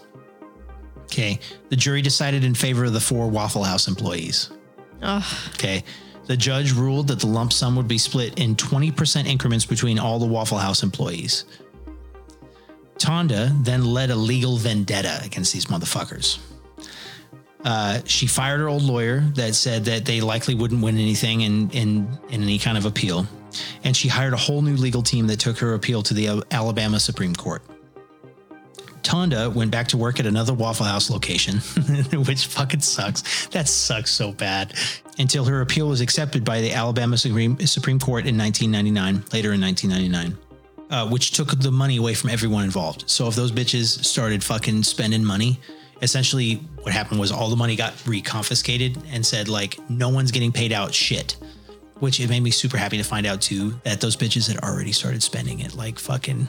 [SPEAKER 2] Okay. The jury decided in favor of the four Waffle House employees. Okay. The judge ruled that the lump sum would be split in 20% increments between all the Waffle House employees. Tonda then led a legal vendetta against these motherfuckers. Uh, she fired her old lawyer that said that they likely wouldn't win anything in, in, in any kind of appeal. And she hired a whole new legal team that took her appeal to the Al- Alabama Supreme Court. Tonda went back to work at another Waffle House location, [LAUGHS] which fucking sucks. That sucks so bad. Until her appeal was accepted by the Alabama Supreme, Supreme Court in 1999, later in 1999, uh, which took the money away from everyone involved. So if those bitches started fucking spending money, essentially what happened was all the money got reconfiscated and said, like, no one's getting paid out shit. Which it made me super happy to find out too that those bitches had already started spending it. Like fucking,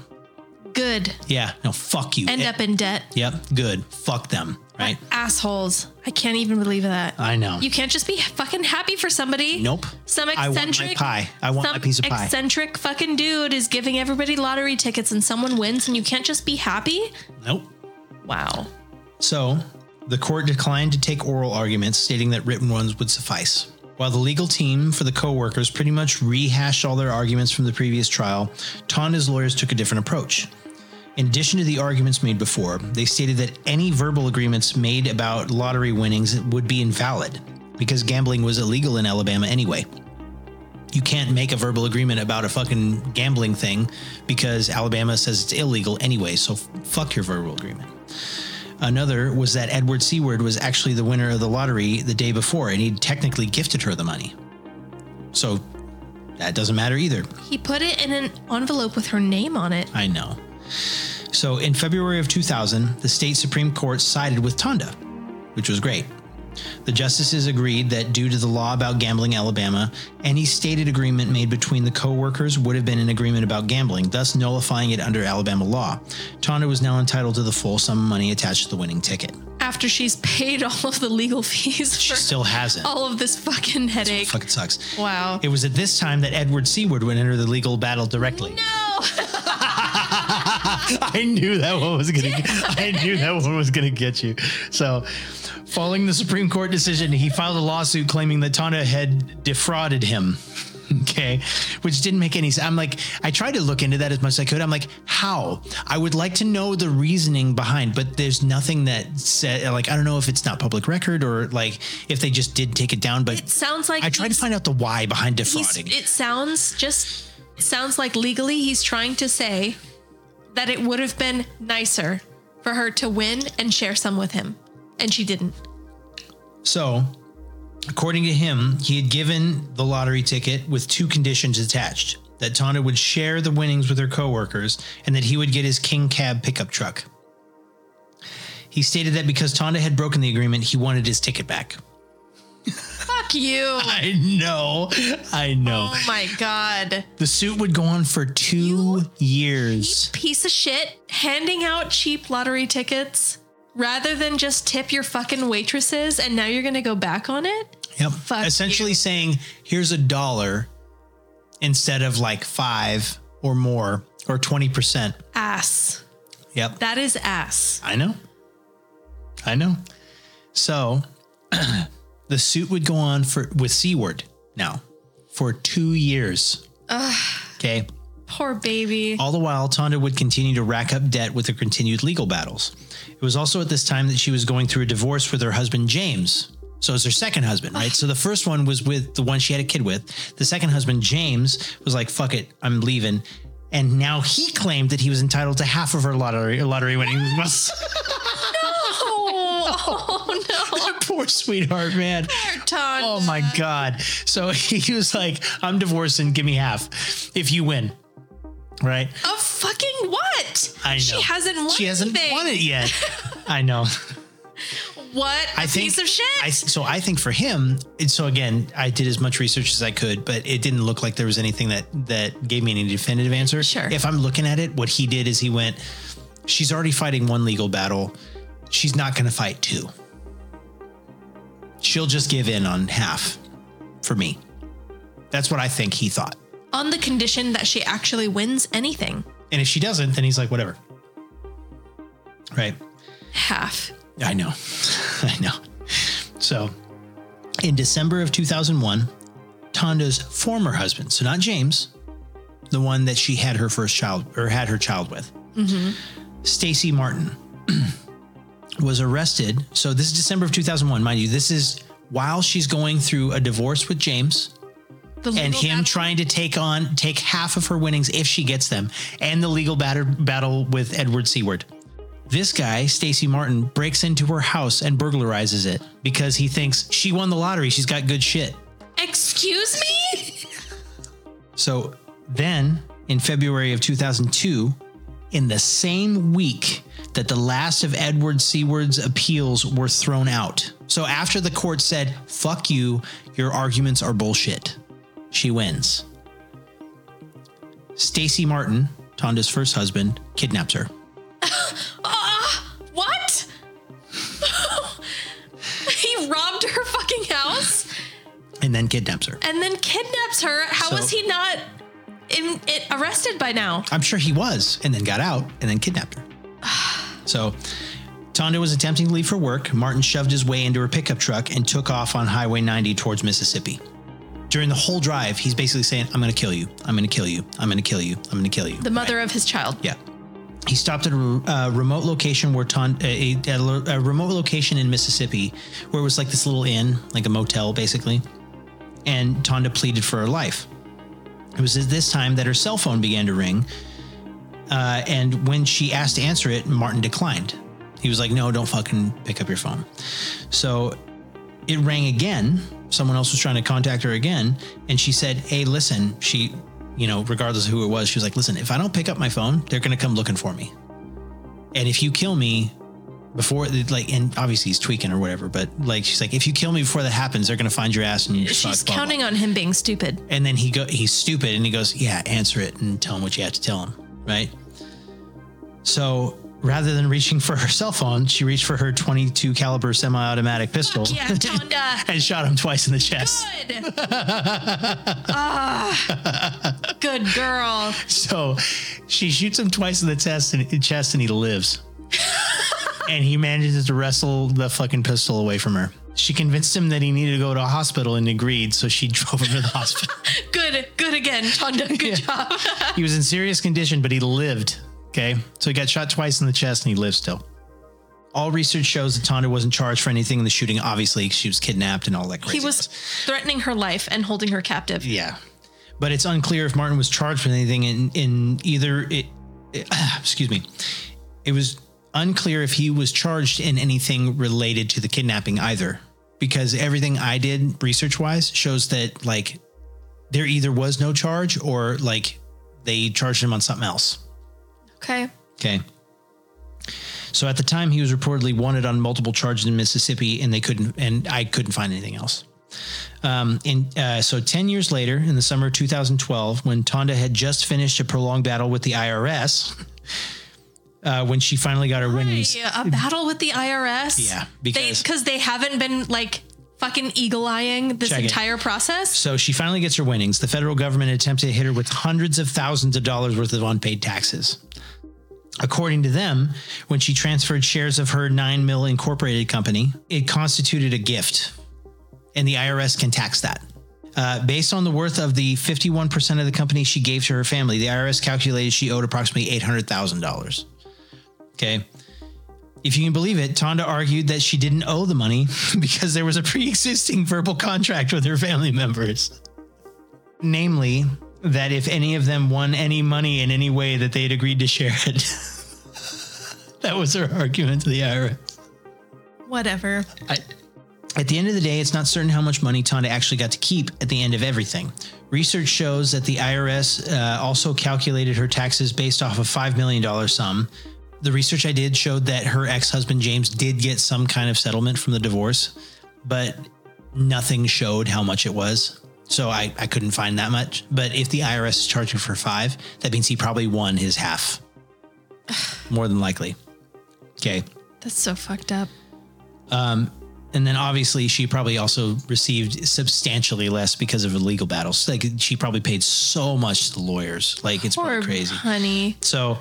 [SPEAKER 3] Good.
[SPEAKER 2] yeah, no, fuck you.
[SPEAKER 3] End
[SPEAKER 2] Eh,
[SPEAKER 3] up in debt.
[SPEAKER 2] Yep, good. Fuck them, right?
[SPEAKER 3] Assholes. I can't even believe that.
[SPEAKER 2] I know.
[SPEAKER 3] you can't just be fucking happy for somebody.
[SPEAKER 2] nope.
[SPEAKER 3] Some
[SPEAKER 2] I want
[SPEAKER 3] eccentric
[SPEAKER 2] my pie. I want
[SPEAKER 3] some
[SPEAKER 2] my piece of pie.
[SPEAKER 3] eccentric fucking dude is giving everybody lottery tickets and someone wins and you can't just be happy?
[SPEAKER 2] nope.
[SPEAKER 3] Wow.
[SPEAKER 2] So the court declined to take oral arguments, stating that written ones would suffice. While the legal team for the co-workers pretty much rehashed all their arguments from the previous trial, Tonda's lawyers took a different approach. In addition to the arguments made before, they stated that any verbal agreements made about lottery winnings would be invalid because gambling was illegal in Alabama anyway. You can't make a verbal agreement about a fucking gambling thing because Alabama says it's illegal anyway, so f- fuck your verbal agreement. Another was that Edward Seward was actually the winner of the lottery the day before, and he technically gifted her the money. So that doesn't matter either.
[SPEAKER 3] He put it in an envelope with her name on it.
[SPEAKER 2] I know. So in February of 2000, the state Supreme Court sided with Tonda, which was great. The justices agreed that due to the law about gambling in Alabama, any stated agreement made between the co-workers would have been an agreement about gambling, thus nullifying it under Alabama law. Tonda was now entitled to the full sum of money attached to the winning ticket.
[SPEAKER 3] After she's [LAUGHS] paid all of the legal fees
[SPEAKER 2] She
[SPEAKER 3] for
[SPEAKER 2] still hasn't.
[SPEAKER 3] all of this fucking headadache.
[SPEAKER 2] Fucking sucks.
[SPEAKER 3] Wow.
[SPEAKER 2] It was at this time that Edward Seward would enter the legal battle directly.
[SPEAKER 3] no.
[SPEAKER 2] [LAUGHS]
[SPEAKER 3] [LAUGHS]
[SPEAKER 2] I knew that one was gonna. [LAUGHS] I knew that one was gonna get you. So, following the Supreme Court decision, he filed a lawsuit claiming that Tonda had defrauded him. [LAUGHS] Okay, which didn't make any sense. I'm like, I tried to look into that as much as I could. I'm like, how? I would like to know the reasoning behind, but there's nothing that said. Like, I don't know if it's not public record or like if they just did take it down. But
[SPEAKER 3] It sounds like
[SPEAKER 2] I tried to
[SPEAKER 3] he's-
[SPEAKER 2] find out the why behind
[SPEAKER 3] he's-
[SPEAKER 2] defrauding.
[SPEAKER 3] it sounds just it sounds like legally he's trying to say that it would have been nicer for her to win and share some with him. And she didn't.
[SPEAKER 2] So, according to him, he had given the lottery ticket with two conditions attached that Tonda would share the winnings with her coworkers and that he would get his King Cab pickup truck. He stated that because Tonda had broken the agreement, he wanted his ticket back.
[SPEAKER 3] Fuck you.
[SPEAKER 2] I know. I know.
[SPEAKER 3] Oh my god.
[SPEAKER 2] The suit would go on for two years.
[SPEAKER 3] Piece of shit handing out cheap lottery tickets rather than just tip your fucking waitresses and now you're going to go back on it?
[SPEAKER 2] Yep.
[SPEAKER 3] Fuck
[SPEAKER 2] Essentially
[SPEAKER 3] you.
[SPEAKER 2] saying, here's a dollar instead of like five or more or 20%.
[SPEAKER 3] Ass.
[SPEAKER 2] Yep.
[SPEAKER 3] That is ass.
[SPEAKER 2] I know. I know. So [CLEARS THROAT] the suit would go on for with Seaward now for two years. Okay.
[SPEAKER 3] Poor baby.
[SPEAKER 2] All the while, Tonda would continue to rack up debt with her continued legal battles. It was also at this time that she was going through a divorce with her husband, James. So it was her second husband, right? So the first one was with the one she had a kid with. The second husband, James, was like, fuck it, I'm leaving. And now he claimed that he was entitled to half of her lottery lottery winning.
[SPEAKER 3] Oh,
[SPEAKER 2] [LAUGHS]
[SPEAKER 3] oh
[SPEAKER 2] Poor sweetheart, man.
[SPEAKER 3] no. Ton.
[SPEAKER 2] Oh my God. So [LAUGHS] he was like, I'm divorcing, give me half if you win. Right?
[SPEAKER 3] Of fucking what?
[SPEAKER 2] I know.
[SPEAKER 3] She hasn't won
[SPEAKER 2] She hasn't
[SPEAKER 3] anything.
[SPEAKER 2] won it yet. I know.
[SPEAKER 3] What a
[SPEAKER 2] I think
[SPEAKER 3] piece of shit.
[SPEAKER 2] I, so I think for him, and so again, I did as much research as I could, but it didn't look like there was anything that that gave me any definitive answer.
[SPEAKER 3] Sure.
[SPEAKER 2] If I'm looking at it, what he did is he went, she's already fighting one legal battle, she's not going to fight two. She'll just give in on half, for me. That's what I think he thought.
[SPEAKER 3] On the condition that she actually wins anything.
[SPEAKER 2] And if she doesn't, then he's like, whatever. Right.
[SPEAKER 3] Half.
[SPEAKER 2] I know. [LAUGHS] I know. So, in December of 2001, Tonda's former husband, so not James, the one that she had her first child or had her child with, Stacy Martin, [CLEARS THROAT] was arrested. So, this is December of 2001, mind you. This is while she's going through a divorce with James
[SPEAKER 3] The
[SPEAKER 2] and
[SPEAKER 3] legal
[SPEAKER 2] him
[SPEAKER 3] battle-
[SPEAKER 2] trying to take on take half of her winnings if she gets them and the legal batter, battle with Edward Seward. This guy, Stacy Martin, breaks into her house and burglarizes it because he thinks she won the lottery, she's got good shit.
[SPEAKER 3] Excuse me?
[SPEAKER 2] [LAUGHS] So then in February of 2002, in the same week that the last of Edward Seward's appeals were thrown out. So after the court said, fuck you, your arguments are bullshit, she wins. Stacy Martin, Tonda's first husband, kidnaps her.
[SPEAKER 3] Uh, What? [LAUGHS] he robbed her fucking house
[SPEAKER 2] And then kidnaps her.
[SPEAKER 3] and then kidnaps her. How
[SPEAKER 2] So-
[SPEAKER 3] was he not in, it, arrested by now?
[SPEAKER 2] I'm sure he was, and then got out and then kidnapped her. So Tonda was attempting to leave for work. Martin shoved his way into her pickup truck and took off on Highway 90 towards Mississippi. During the whole drive, he's basically saying, I'm going to kill you. I'm going to kill you. I'm going to kill you. I'm going to kill you.
[SPEAKER 3] The mother of his child.
[SPEAKER 2] Yeah. He stopped at a uh, remote location where Ton, a, a, at a lo- a remote location in Mississippi where it was like this little inn, like a motel basically. And Tonda pleaded for her life. It was at this time that her cell phone began to ring. Uh, and when she asked to answer it, Martin declined. He was like, no, don't fucking pick up your phone. So it rang again. Someone else was trying to contact her again, and she said, "Hey, listen." She, you know, regardless of who it was, she was like, "Listen, if I don't pick up my phone, they're going to come looking for me, and if you kill me before, like, and obviously he's tweaking or whatever, but like, she's like, if you kill me before that happens, they're going to find your ass and you're
[SPEAKER 3] She's
[SPEAKER 2] fucked, blah, blah,
[SPEAKER 3] counting on him being stupid.
[SPEAKER 2] and then he go he's stupid and he goes, "Yeah, answer it and tell him what you have to tell him." Right? So, rather than reaching for her cell phone, she reached for her 22 caliber semi-automatic pistol
[SPEAKER 3] yeah,
[SPEAKER 2] [LAUGHS]
[SPEAKER 3] Tonda.
[SPEAKER 2] and shot him twice in the chest.
[SPEAKER 3] Good. Ah, good girl.
[SPEAKER 2] So, she shoots him twice in the chest and chest and
[SPEAKER 3] [LAUGHS]
[SPEAKER 2] he lives. and he manages to wrestle the fucking pistol away from her. She convinced him that he needed to go to a hospital and agreed, so she [LAUGHS] drove him to the hospital.
[SPEAKER 3] Good. Good again, Tonda. Good job.
[SPEAKER 2] he was in serious condition, but he lived. Okay. So he got shot twice in the chest and he lived still. All research shows that Tonda wasn't charged for anything in the shooting. Obviously, she was kidnapped and all that
[SPEAKER 3] [LAUGHS]
[SPEAKER 2] crazy.
[SPEAKER 3] He was
[SPEAKER 2] stuff.
[SPEAKER 3] threatening her life and holding her captive.
[SPEAKER 2] Yeah. But it's unclear if Martin was charged with anything in, in either it, it- [CLEARS THROAT] excuse me. It was unclear if he was charged in anything related to the kidnapping either. Because everything I did research wise shows that like there either was no charge or like they charged him on something else.
[SPEAKER 3] Okay.
[SPEAKER 2] Okay. So at the time, he was reportedly wanted on multiple charges in Mississippi, and they couldn't, and I couldn't find anything else. Um, and uh, so, ten years later, in the summer of 2012, when Tonda had just finished a prolonged battle with the IRS, [LAUGHS] uh, when she finally got her winnings,
[SPEAKER 3] Yeah, a battle with the IRS.
[SPEAKER 2] Yeah, because-
[SPEAKER 3] because they, haven't been like fucking eagle eyeing this
[SPEAKER 2] Check it.
[SPEAKER 3] entire process.
[SPEAKER 2] So she finally gets her winnings. The federal government attempted to hit her with hundreds of thousands of dollars worth of unpaid taxes. According to them, when she transferred shares of her Nine Mill Incorporated company, it constituted a gift, and the IRS can tax that. Uh, based on the worth of the 51% of the company she gave to her family, the IRS calculated she owed approximately $800,000. Okay. If you can believe it, Tonda argued that she didn't owe the money [LAUGHS] because there was a pre existing verbal contract with her family members. Namely, that if any of them won any money in any way, that they'd agreed to share it. [LAUGHS] that was her argument to the IRS.
[SPEAKER 3] Whatever.
[SPEAKER 2] At the end of the day, it's not certain how much money Tonda actually got to keep at the end of everything. Research shows that the IRS uh, also calculated her taxes based off a $5 million sum. The research I did showed that her ex husband James did get some kind of settlement from the divorce, but nothing showed how much it was. So I, I couldn't find that much. But if the IRS is charging for five, that means he probably won his half. More than likely. Okay.
[SPEAKER 3] That's so fucked up.
[SPEAKER 2] and then obviously she probably also received substantially less because of legal battles. Like she probably paid so much to the lawyers. Like it's
[SPEAKER 3] Poor
[SPEAKER 2] pretty crazy.
[SPEAKER 3] honey.
[SPEAKER 2] So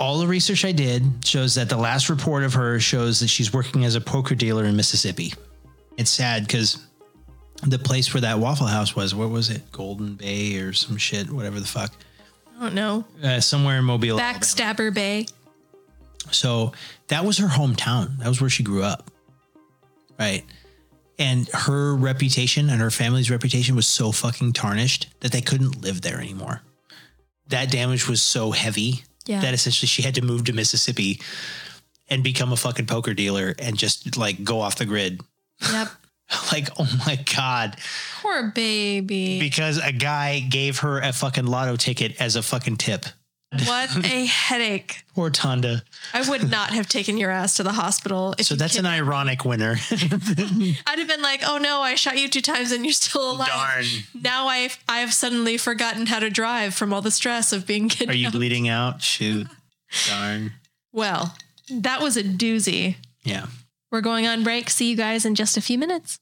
[SPEAKER 2] all the research I did shows that the last report of her shows that she's working as a poker dealer in Mississippi. It's sad because the place where that Waffle House was, what was it? Golden Bay or some shit, whatever the fuck.
[SPEAKER 3] I don't know.
[SPEAKER 2] Uh, somewhere in Mobile. Alabama.
[SPEAKER 3] Backstabber Bay.
[SPEAKER 2] So that was her hometown. That was where she grew up. Right. And her reputation and her family's reputation was so fucking tarnished that they couldn't live there anymore. That damage was so heavy
[SPEAKER 3] Yeah.
[SPEAKER 2] that essentially she had to move to Mississippi and become a fucking poker dealer and just like go off the grid. [LAUGHS]
[SPEAKER 3] Yep.
[SPEAKER 2] Like, oh my God.
[SPEAKER 3] Poor baby.
[SPEAKER 2] Because a guy gave her a fucking lotto ticket as a fucking tip. [LAUGHS]
[SPEAKER 3] What a headache.
[SPEAKER 2] Poor Tonda.
[SPEAKER 3] I would not have taken your ass to the hospital. If
[SPEAKER 2] So
[SPEAKER 3] you
[SPEAKER 2] that's
[SPEAKER 3] kid-
[SPEAKER 2] an
[SPEAKER 3] [LAUGHS]
[SPEAKER 2] ironic winner.
[SPEAKER 3] I'd have been like, oh no, I shot you two times and you're still alive.
[SPEAKER 2] Darn.
[SPEAKER 3] Now I've I've suddenly forgotten how to drive from all the stress of being
[SPEAKER 2] Are
[SPEAKER 3] kidnapped.
[SPEAKER 2] you bleeding out? Shoot. Darn.
[SPEAKER 3] well, that was a doozy.
[SPEAKER 2] Yeah.
[SPEAKER 3] We're going on break. See you guys in just a few minutes.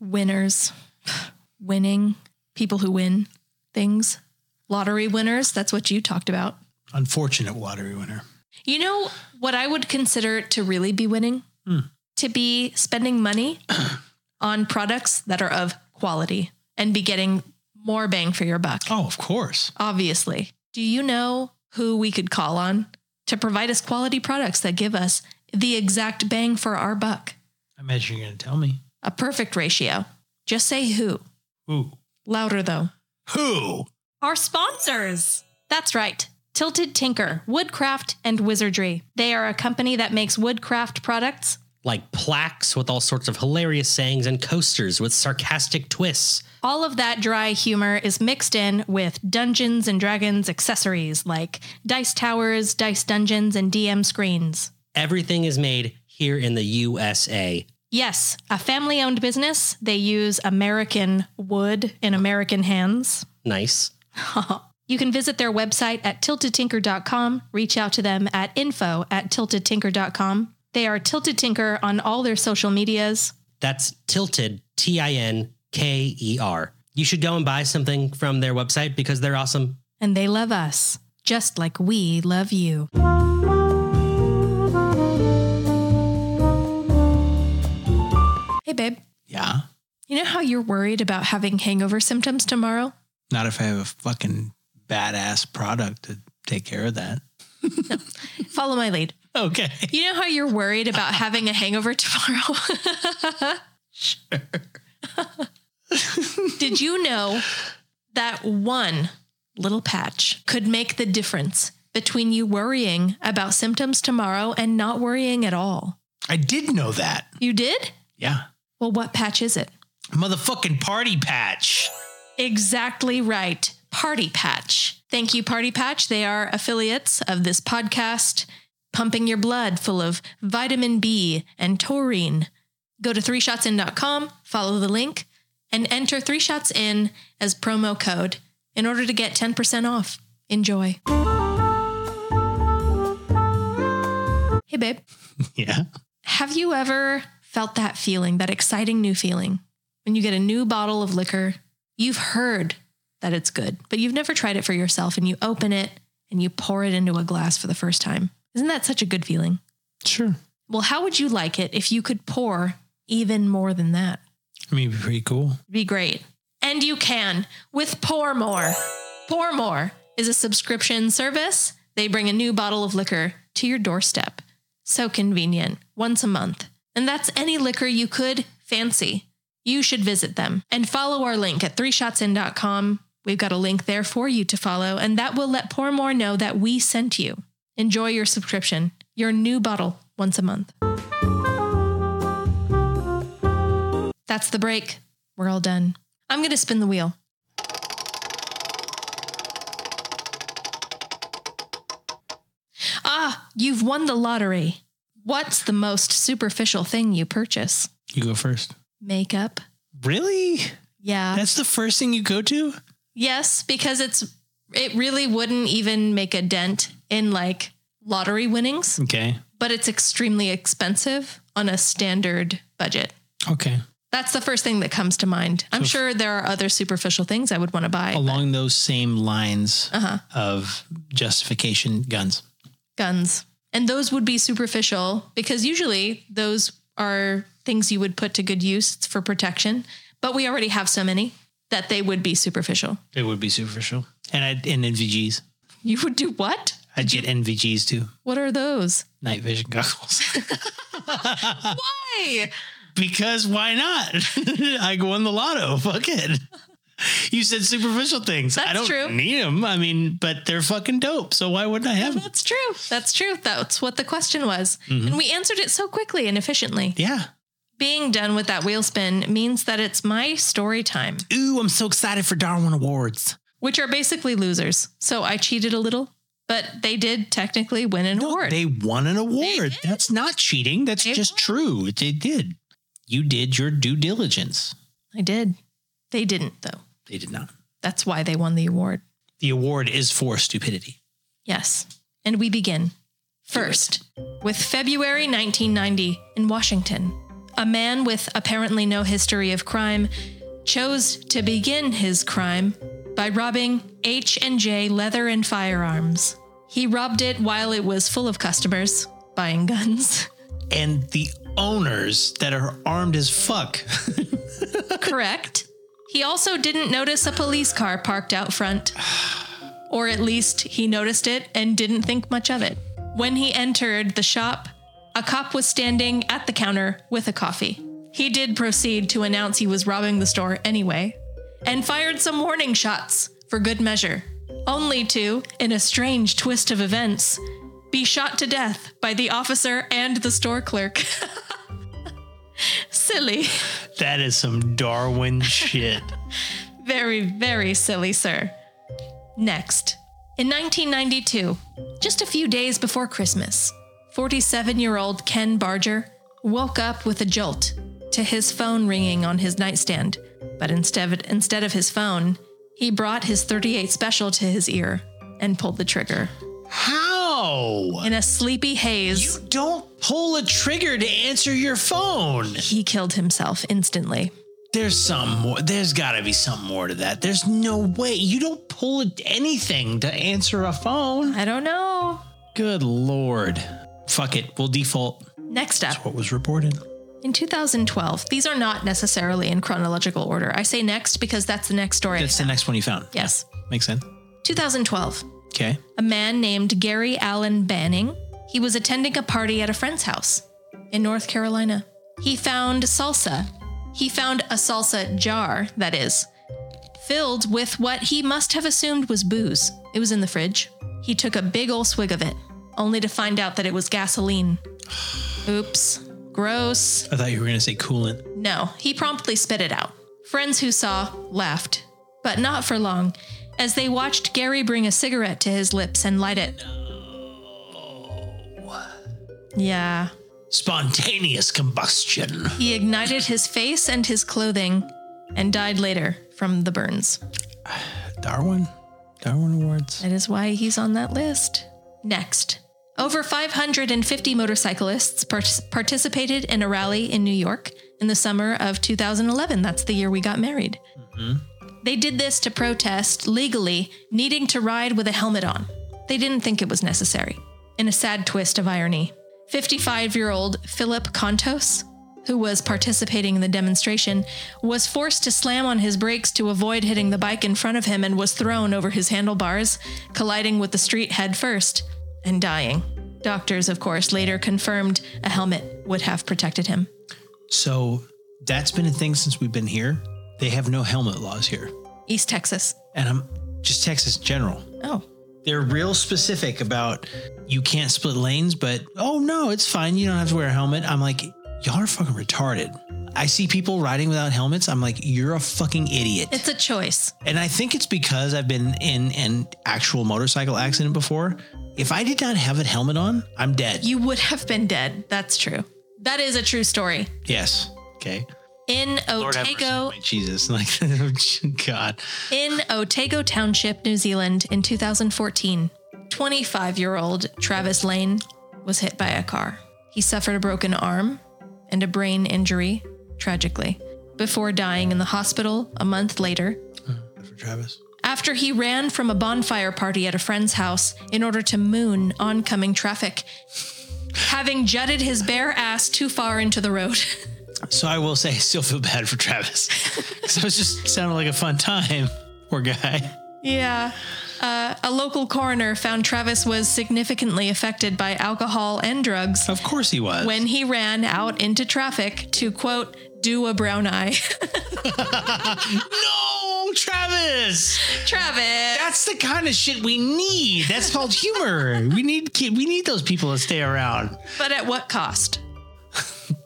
[SPEAKER 3] Winners, [SIGHS] winning, people who win things, lottery winners. That's what you talked about.
[SPEAKER 2] Unfortunate lottery winner.
[SPEAKER 3] You know what I would consider to really be winning? To be spending money on products that are of quality and be getting more bang for your buck,
[SPEAKER 2] Oh, of course.
[SPEAKER 3] obviously. Do you know who we could call on to provide us quality products that give us the exact bang for our buck?
[SPEAKER 2] I imagine you're going to tell me.
[SPEAKER 3] A perfect ratio. Just say who.
[SPEAKER 2] Who?
[SPEAKER 3] Louder though.
[SPEAKER 2] Who?
[SPEAKER 3] Our sponsors. That's right. Tilted Tinker, Woodcraft, and Wizardry. They are a company that makes woodcraft products
[SPEAKER 5] Like plaques with all sorts of hilarious sayings and coasters with sarcastic twists.
[SPEAKER 3] All of that dry humor is mixed in with Dungeons and Dragons accessories like dice towers, dice dungeons, and DM screens.
[SPEAKER 5] Everything is made here in the USA.
[SPEAKER 3] Yes, a family owned business. They use American wood in American hands.
[SPEAKER 5] Nice.
[SPEAKER 3] You can visit their website at tiltedtinker.com, reach out to them at info at tiltedtinker.com. They are Tilted Tinker on all their social medias.
[SPEAKER 5] That's tilted, T I N K E R. You should go and buy something from their website because they're awesome.
[SPEAKER 3] and they love us just like we love you. Hey, babe,
[SPEAKER 2] Yeah.
[SPEAKER 3] you know how you're worried about having hangover symptoms tomorrow?
[SPEAKER 2] Not if I have a fucking badass product to take care of that.
[SPEAKER 3] Follow my lead.
[SPEAKER 2] Okay.
[SPEAKER 3] You know how you're worried about having a hangover tomorrow? [LAUGHS] Did you know that one little patch could make the difference between you worrying about symptoms tomorrow and not worrying at all?
[SPEAKER 2] I did know that.
[SPEAKER 3] You did?
[SPEAKER 2] Yeah.
[SPEAKER 3] Well, what patch is it?
[SPEAKER 2] Motherfucking party patch.
[SPEAKER 3] Exactly right. Party Patch. Thank you, Party Patch. They are affiliates of this podcast, pumping your blood full of vitamin B and taurine. Go to threeshotsin.com, follow the link, and enter three shots in as promo code in order to get 10% off. Enjoy. Hey, babe,
[SPEAKER 2] Yeah.
[SPEAKER 3] have you ever felt that feeling, that exciting new feeling, when you get a new bottle of liquor? You've heard that it's good, but you've never tried it for yourself and you open it and you pour it into a glass for the first time. Isn't that such a good feeling?
[SPEAKER 2] Sure.
[SPEAKER 3] Well, how would you like it if you could pour even more than that?
[SPEAKER 2] I mean, it'd be pretty cool.
[SPEAKER 3] be great. And you can with Pour More. Pour More is a subscription service. They bring a new bottle of liquor to your doorstep. So convenient, once a month. And that's any liquor you could fancy. You should visit them and follow our link at threeshotsin.com. We've got a link there for you to follow, and that will let Pour More know that we sent you. Enjoy your subscription, your new bottle once a month. That's the break. We're all done. I'm going to spin the wheel. Ah, you've won the lottery. What's the most superficial thing you purchase?
[SPEAKER 2] You go first.
[SPEAKER 3] Makeup.
[SPEAKER 2] Really?
[SPEAKER 3] Yeah.
[SPEAKER 2] That's the first thing you go to?
[SPEAKER 3] yes, because it's it really wouldn't even make a dent in like lottery winnings,
[SPEAKER 2] Okay.
[SPEAKER 3] but it's extremely expensive on a standard budget.
[SPEAKER 2] Okay.
[SPEAKER 3] That's the first thing that comes to mind. I'm sure there are other superficial things I would want to buy. but-
[SPEAKER 2] Along those same lines
[SPEAKER 3] Uh-huh.
[SPEAKER 2] of justification, guns.
[SPEAKER 3] guns. And those would be superficial because usually those are things you would put to good use for protection, but we already have so many that they would be superficial.
[SPEAKER 2] It would be superficial. And I'd and NVGs.
[SPEAKER 3] You would do what?
[SPEAKER 2] I'd get NVGs too.
[SPEAKER 3] What are those?
[SPEAKER 2] Night vision goggles. [LAUGHS]
[SPEAKER 3] Why?
[SPEAKER 2] because why not? [LAUGHS] I won the lotto. Fuck it. You said superficial things. I
[SPEAKER 3] That's
[SPEAKER 2] don't
[SPEAKER 3] true.
[SPEAKER 2] need them. I mean, but they're fucking dope. So why wouldn't I [LAUGHS] have them?
[SPEAKER 3] That's true. That's true. That's what the question was. And we answered it so quickly and efficiently.
[SPEAKER 2] Yeah.
[SPEAKER 3] Being done with that wheel spin means that it's my story time,
[SPEAKER 2] Ooh, I'm so excited for Darwin Awards.
[SPEAKER 3] which are basically losers. So I cheated a little, but they did technically win an award.
[SPEAKER 2] They won an award. That's not cheating. That's
[SPEAKER 3] They
[SPEAKER 2] just
[SPEAKER 3] won.
[SPEAKER 2] true. They did. You did your due diligence.
[SPEAKER 3] I did. They didn't, though.
[SPEAKER 2] They did not.
[SPEAKER 3] That's why they won the award.
[SPEAKER 2] The award is for stupidity.
[SPEAKER 3] Yes. And we begin. First, with February 1990 in Washington, a man with apparently no history of crime chose to begin his crime by robbing H&J Leather and Firearms. He robbed it while it was full of customers buying guns.
[SPEAKER 2] And the owners that are armed as fuck.
[SPEAKER 3] Correct. He also didn't notice a police car parked out front. Or at least he noticed it and didn't think much of it. When he entered the shop, a cop was standing at the counter with a coffee. He did proceed to announce he was robbing the store anyway and fired some warning shots for good measure, only to, in a strange twist of events, be shot to death by the officer and the store clerk. [LAUGHS] Silly.
[SPEAKER 2] that is some Darwin shit.
[SPEAKER 3] Very, very silly, sir. Next. In 1992, just a few days before Christmas, 47 year old Ken Barger woke up with a jolt to his phone ringing on his nightstand. But instead of, instead of his phone, he brought his 38 special to his ear and pulled the trigger.
[SPEAKER 2] [LAUGHS] How?
[SPEAKER 3] In a sleepy haze,
[SPEAKER 2] You don't pull a trigger to answer your phone.
[SPEAKER 3] he killed himself instantly.
[SPEAKER 2] There's some more. There's got to be some more to that. There's no way. You don't pull a- anything to answer a phone.
[SPEAKER 3] I don't know.
[SPEAKER 2] Good lord. Fuck it. We'll default.
[SPEAKER 3] Next up.
[SPEAKER 2] What was reported?
[SPEAKER 3] In 2012, these are not necessarily in chronological order. I say next because that's the next story.
[SPEAKER 2] That's the next one you found.
[SPEAKER 3] yes.
[SPEAKER 2] Makes sense.
[SPEAKER 3] 2012,
[SPEAKER 2] Okay.
[SPEAKER 3] a man named Gary Allen Banning, he was attending a party at a friend's house in North Carolina. He found salsa. He found a salsa jar, that is, filled with what he must have assumed was booze. It was in the fridge. He took a big ol' swig of it, only to find out that it was gasoline. Oops. Gross.
[SPEAKER 2] I thought you were going to say coolant.
[SPEAKER 3] No, he promptly spit it out. Friends who saw laughed, but not for long, as they watched Gary bring a cigarette to his lips and light it. Yeah.
[SPEAKER 2] Spontaneous combustion.
[SPEAKER 3] He ignited his face and his clothing and died later from the burns.
[SPEAKER 2] Darwin? Darwin Awards?
[SPEAKER 3] That is why he's on that list. Next. Over 550 motorcyclists partic- participated in a rally in New York in the summer of 2011. That's the year we got married. They did this to protest legally needing to ride with a helmet on. They didn't think it was necessary. In a sad twist of irony, 55 year old Philip Kontos, who was participating in the demonstration, was forced to slam on his brakes to avoid hitting the bike in front of him and was thrown over his handlebars, colliding with the street head first and dying. Doctors, of course, later confirmed a helmet would have protected him.
[SPEAKER 2] So that's been a thing since we've been here. They have no helmet laws here.
[SPEAKER 3] East Texas.
[SPEAKER 2] And I'm just Texas in general.
[SPEAKER 3] Oh,
[SPEAKER 2] They're real specific about you can't split lanes, but oh no, it's fine. You don't have to wear a helmet. I'm like, y'all are fucking retarded. I see people riding without helmets. I'm like, you're a fucking idiot.
[SPEAKER 3] it's a choice.
[SPEAKER 2] And I think it's because I've been in an actual motorcycle accident before. If I did not have a helmet on, I'm dead.
[SPEAKER 3] You would have been dead. That's true. That is a true story.
[SPEAKER 2] yes. Okay.
[SPEAKER 3] In
[SPEAKER 2] have mercy on
[SPEAKER 3] Otago,
[SPEAKER 2] my Jesus. [LAUGHS] Like, oh, God.
[SPEAKER 3] in Otago Township, New Zealand, in 2014, 25 year old Travis Lane was hit by a car. He suffered a broken arm and a brain injury, tragically, before dying in the hospital a month later
[SPEAKER 2] For Travis.
[SPEAKER 3] after he ran from a bonfire party at a friend's house in order to moon oncoming traffic, having jutted his bare ass too far into the road. [LAUGHS]
[SPEAKER 2] So I will say, I still feel bad for Travis [LAUGHS] because it was just sounded like a fun time. Poor guy.
[SPEAKER 3] Yeah. Uh, a local coroner found Travis was significantly affected by alcohol and drugs
[SPEAKER 2] Of course he was.
[SPEAKER 3] when he ran out into traffic to, quote, do a brown eye. [LAUGHS]
[SPEAKER 2] no, Travis.
[SPEAKER 3] Travis!
[SPEAKER 2] That's the kind of shit we need. That's called humor. we need ki- we need those people to stay around.
[SPEAKER 3] But at what cost?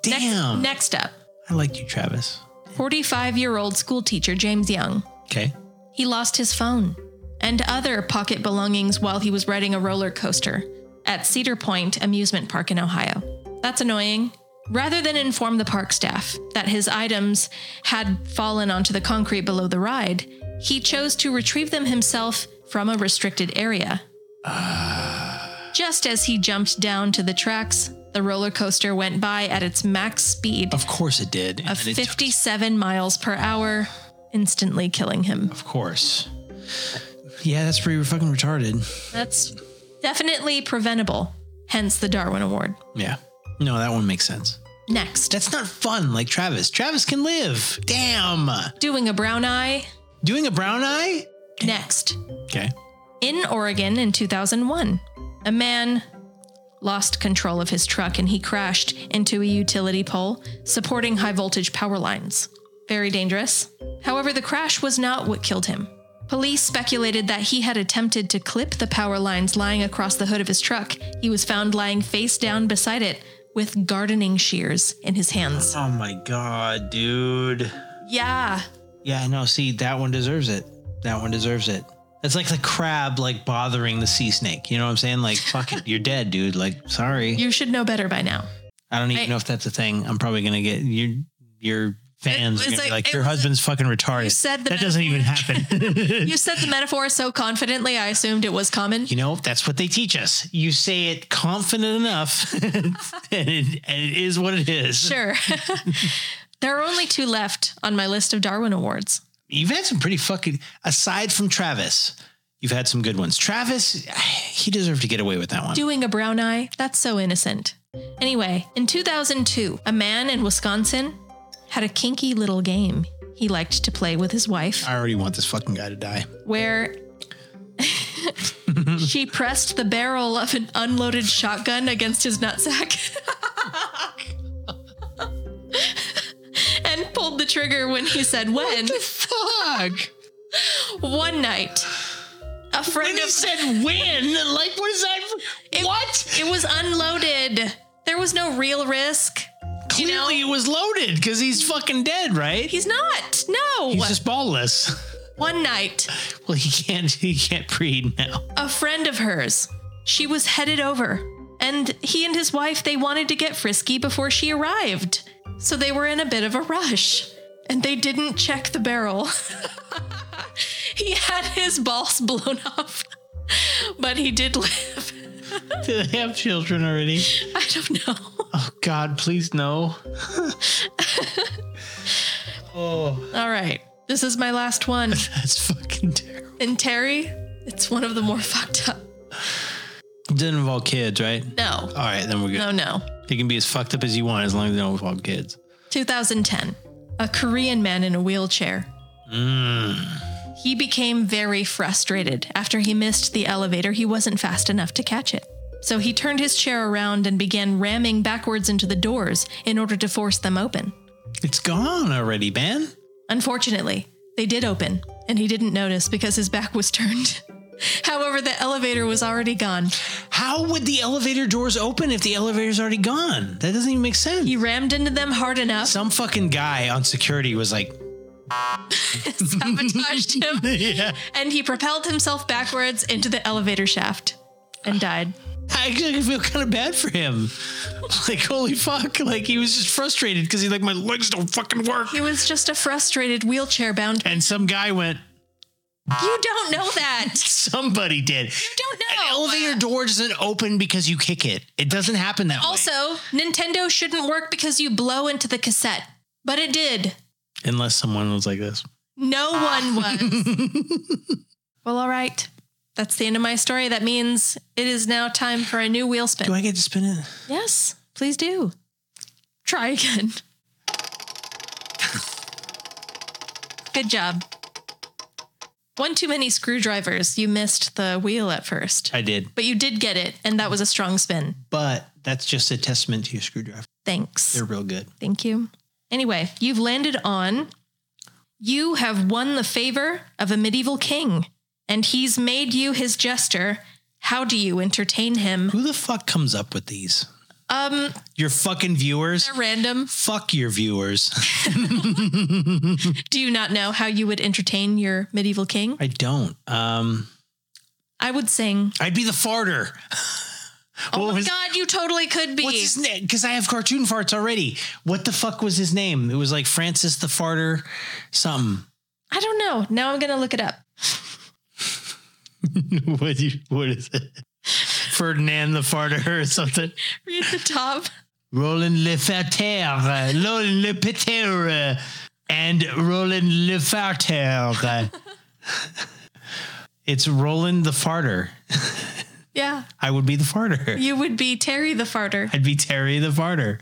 [SPEAKER 3] Next-
[SPEAKER 2] Damn.
[SPEAKER 3] Next, up
[SPEAKER 2] I like you, Travis.
[SPEAKER 3] 45 year old school teacher James Young
[SPEAKER 2] Okay.
[SPEAKER 3] He lost his phone and other pocket belongings while he was riding a roller coaster at Cedar Point Amusement Park in Ohio. That's annoying. Rather than inform the park staff that his items had fallen onto the concrete below the ride, he chose to retrieve them himself from a restricted area. Just as he jumped down to the tracks, the roller coaster went by at its max speed
[SPEAKER 2] Of course it did. And
[SPEAKER 3] of
[SPEAKER 2] then it took-
[SPEAKER 3] 57 miles per hour, instantly killing him.
[SPEAKER 2] of course. Yeah, that's pretty fucking retarded.
[SPEAKER 3] That's definitely preventable, hence the Darwin Award.
[SPEAKER 2] Yeah. No, that one makes sense.
[SPEAKER 3] Next,
[SPEAKER 2] That's not fun like Travis. Travis can live. Damn.
[SPEAKER 3] doing a brown eye.
[SPEAKER 2] Doing a brown eye?
[SPEAKER 3] Next,
[SPEAKER 2] Okay.
[SPEAKER 3] in Oregon in 2001, a man lost control of his truck and he crashed into a utility pole supporting high voltage power lines. Very dangerous. However, the crash was not what killed him. Police speculated that he had attempted to clip the power lines lying across the hood of his truck. He was found lying face down beside it with gardening shears in his hands.
[SPEAKER 2] Oh my god, dude.
[SPEAKER 3] Yeah.
[SPEAKER 2] Yeah, no, see, that one deserves it. That one deserves it. It's like the crab like bothering the sea snake. You know what I'm saying? Like, fuck it, you're dead, dude. Like, sorry.
[SPEAKER 3] You should know better by now.
[SPEAKER 2] I don't even
[SPEAKER 3] I-
[SPEAKER 2] know if that's a thing. I'm probably gonna get your your fans
[SPEAKER 3] was
[SPEAKER 2] are gonna be
[SPEAKER 3] like-
[SPEAKER 2] like
[SPEAKER 3] it
[SPEAKER 2] your
[SPEAKER 3] was a-
[SPEAKER 2] husband's fucking retarded.
[SPEAKER 3] You said the
[SPEAKER 2] that doesn't even happen. [LAUGHS]
[SPEAKER 3] You said the metaphor so confidently, I assumed it was common.
[SPEAKER 2] you know, that's what they teach us. You say it confident enough, [LAUGHS] and, it, and it is what it is.
[SPEAKER 3] Sure. [LAUGHS] there are only two left on my list of Darwin Awards.
[SPEAKER 2] you've had some pretty fucking aside from Travis, you've had some good ones. Travis, he deserved to get away with that one.
[SPEAKER 3] Doing a brown eye, that's so innocent. Anyway, in 2002, a man in Wisconsin had a kinky little game he liked to play with his wife.
[SPEAKER 2] I already want this fucking guy to die.
[SPEAKER 3] where [LAUGHS] she pressed the barrel of an unloaded shotgun against his nutsack [LAUGHS] and pulled the trigger when he said when.
[SPEAKER 2] Fuck.
[SPEAKER 3] One night, a friend
[SPEAKER 2] And he
[SPEAKER 3] of
[SPEAKER 2] said when. Like, what is that?
[SPEAKER 3] it,
[SPEAKER 2] what?
[SPEAKER 3] It was unloaded. There was no real risk. you know-
[SPEAKER 2] Clearly, it was loaded because he's fucking dead, right?
[SPEAKER 3] He's not. No.
[SPEAKER 2] He's just ballless. [LAUGHS]
[SPEAKER 3] One night,
[SPEAKER 2] Well, he can't. He can't breed now. [LAUGHS]
[SPEAKER 3] a friend of hers. She was headed over, and he and his wife they wanted to get frisky before she arrived. So they were in a bit of a rush, and they didn't check the barrel. [LAUGHS] he had his balls blown [LAUGHS] off, but he did live. [LAUGHS]
[SPEAKER 2] Do they have children already?
[SPEAKER 3] I don't know.
[SPEAKER 2] Oh God, please no. oh,
[SPEAKER 3] All right. This is my last one.
[SPEAKER 2] that's fucking terrible.
[SPEAKER 3] And Terry, it's one of the more [LAUGHS] fucked up.
[SPEAKER 2] Didn't involve kids, right?
[SPEAKER 3] No,
[SPEAKER 2] All right, then we're good.
[SPEAKER 3] no, no.
[SPEAKER 2] You can be as fucked up as you want as long as they don't involve kids.
[SPEAKER 3] 2010, a Korean man in a wheelchair. He became very frustrated after he missed the elevator. He wasn't fast enough to catch it. So he turned his chair around and began ramming backwards into the doors in order to force them open.
[SPEAKER 2] It's gone already, man.
[SPEAKER 3] Unfortunately, they did open, and he didn't notice because his back was [LAUGHS] turned. However, the elevator was already gone.
[SPEAKER 2] How would the elevator doors open if the elevator's already gone? That doesn't even make sense.
[SPEAKER 3] He rammed into them hard
[SPEAKER 2] [LAUGHS]
[SPEAKER 3] enough,
[SPEAKER 2] Some fucking guy on security was like,
[SPEAKER 3] sabotaged him,
[SPEAKER 2] yeah.
[SPEAKER 3] and he propelled himself backwards into the elevator shaft and died.
[SPEAKER 2] I actually feel kind of bad for him. [LAUGHS] Like, holy fuck. Like, he was just frustrated because he's like, my legs don't fucking work.
[SPEAKER 3] He was just a frustrated wheelchair bound.
[SPEAKER 2] And some guy went,
[SPEAKER 3] You don't know that.
[SPEAKER 2] somebody did.
[SPEAKER 3] Don't
[SPEAKER 2] An
[SPEAKER 3] know.
[SPEAKER 2] elevator door doesn't open because you kick it. It doesn't happen that
[SPEAKER 3] Also,
[SPEAKER 2] way.
[SPEAKER 3] Nintendo shouldn't work because you blow into the cassette, but it did.
[SPEAKER 2] Unless someone was like this.
[SPEAKER 3] No one
[SPEAKER 2] Ah.
[SPEAKER 3] was.
[SPEAKER 2] [LAUGHS]
[SPEAKER 3] well, all right. That's the end of my story. That means it is now time for a new wheel spin.
[SPEAKER 2] Do I get to spin it?
[SPEAKER 3] yes, please do. Try again. [LAUGHS] Good job. One too many screwdrivers. You missed the wheel at first,
[SPEAKER 2] I did.
[SPEAKER 3] but you did get it, and that was a strong spin.
[SPEAKER 2] But that's just a testament to your screwdriver.
[SPEAKER 3] Thanks.
[SPEAKER 2] They're real good.
[SPEAKER 3] Thank you. Anyway, you've landed on. You have won the favor of a medieval king, and he's made you his jester. How do you entertain him?
[SPEAKER 2] Who the fuck comes up with these?
[SPEAKER 3] Um,
[SPEAKER 2] Your fucking viewers?
[SPEAKER 3] they're random.
[SPEAKER 2] Fuck your viewers.
[SPEAKER 3] Do you not know how you would entertain your medieval king?
[SPEAKER 2] I don't. Um,
[SPEAKER 3] I would sing.
[SPEAKER 2] I'd be the farter.
[SPEAKER 3] Oh
[SPEAKER 2] What
[SPEAKER 3] my
[SPEAKER 2] was-
[SPEAKER 3] God, you totally could be.
[SPEAKER 2] What's his name? Because I have cartoon farts already. What the fuck was his name? It was like Francis the Farter, something.
[SPEAKER 3] I don't know. Now I'm gonna look it up.
[SPEAKER 2] [LAUGHS] what, you, what is it? Ferdinand the Farter or something.
[SPEAKER 3] Read
[SPEAKER 2] [LAUGHS]
[SPEAKER 3] the top.
[SPEAKER 2] Roland Le Farter, Roland Le Peter, and Roland Le
[SPEAKER 3] [LAUGHS]
[SPEAKER 2] Farter. it's Roland the Farter.
[SPEAKER 3] Yeah,
[SPEAKER 2] I would be the farter.
[SPEAKER 3] you would be Terry the farter.
[SPEAKER 2] I'd be Terry
[SPEAKER 3] [LAUGHS]
[SPEAKER 2] the farter.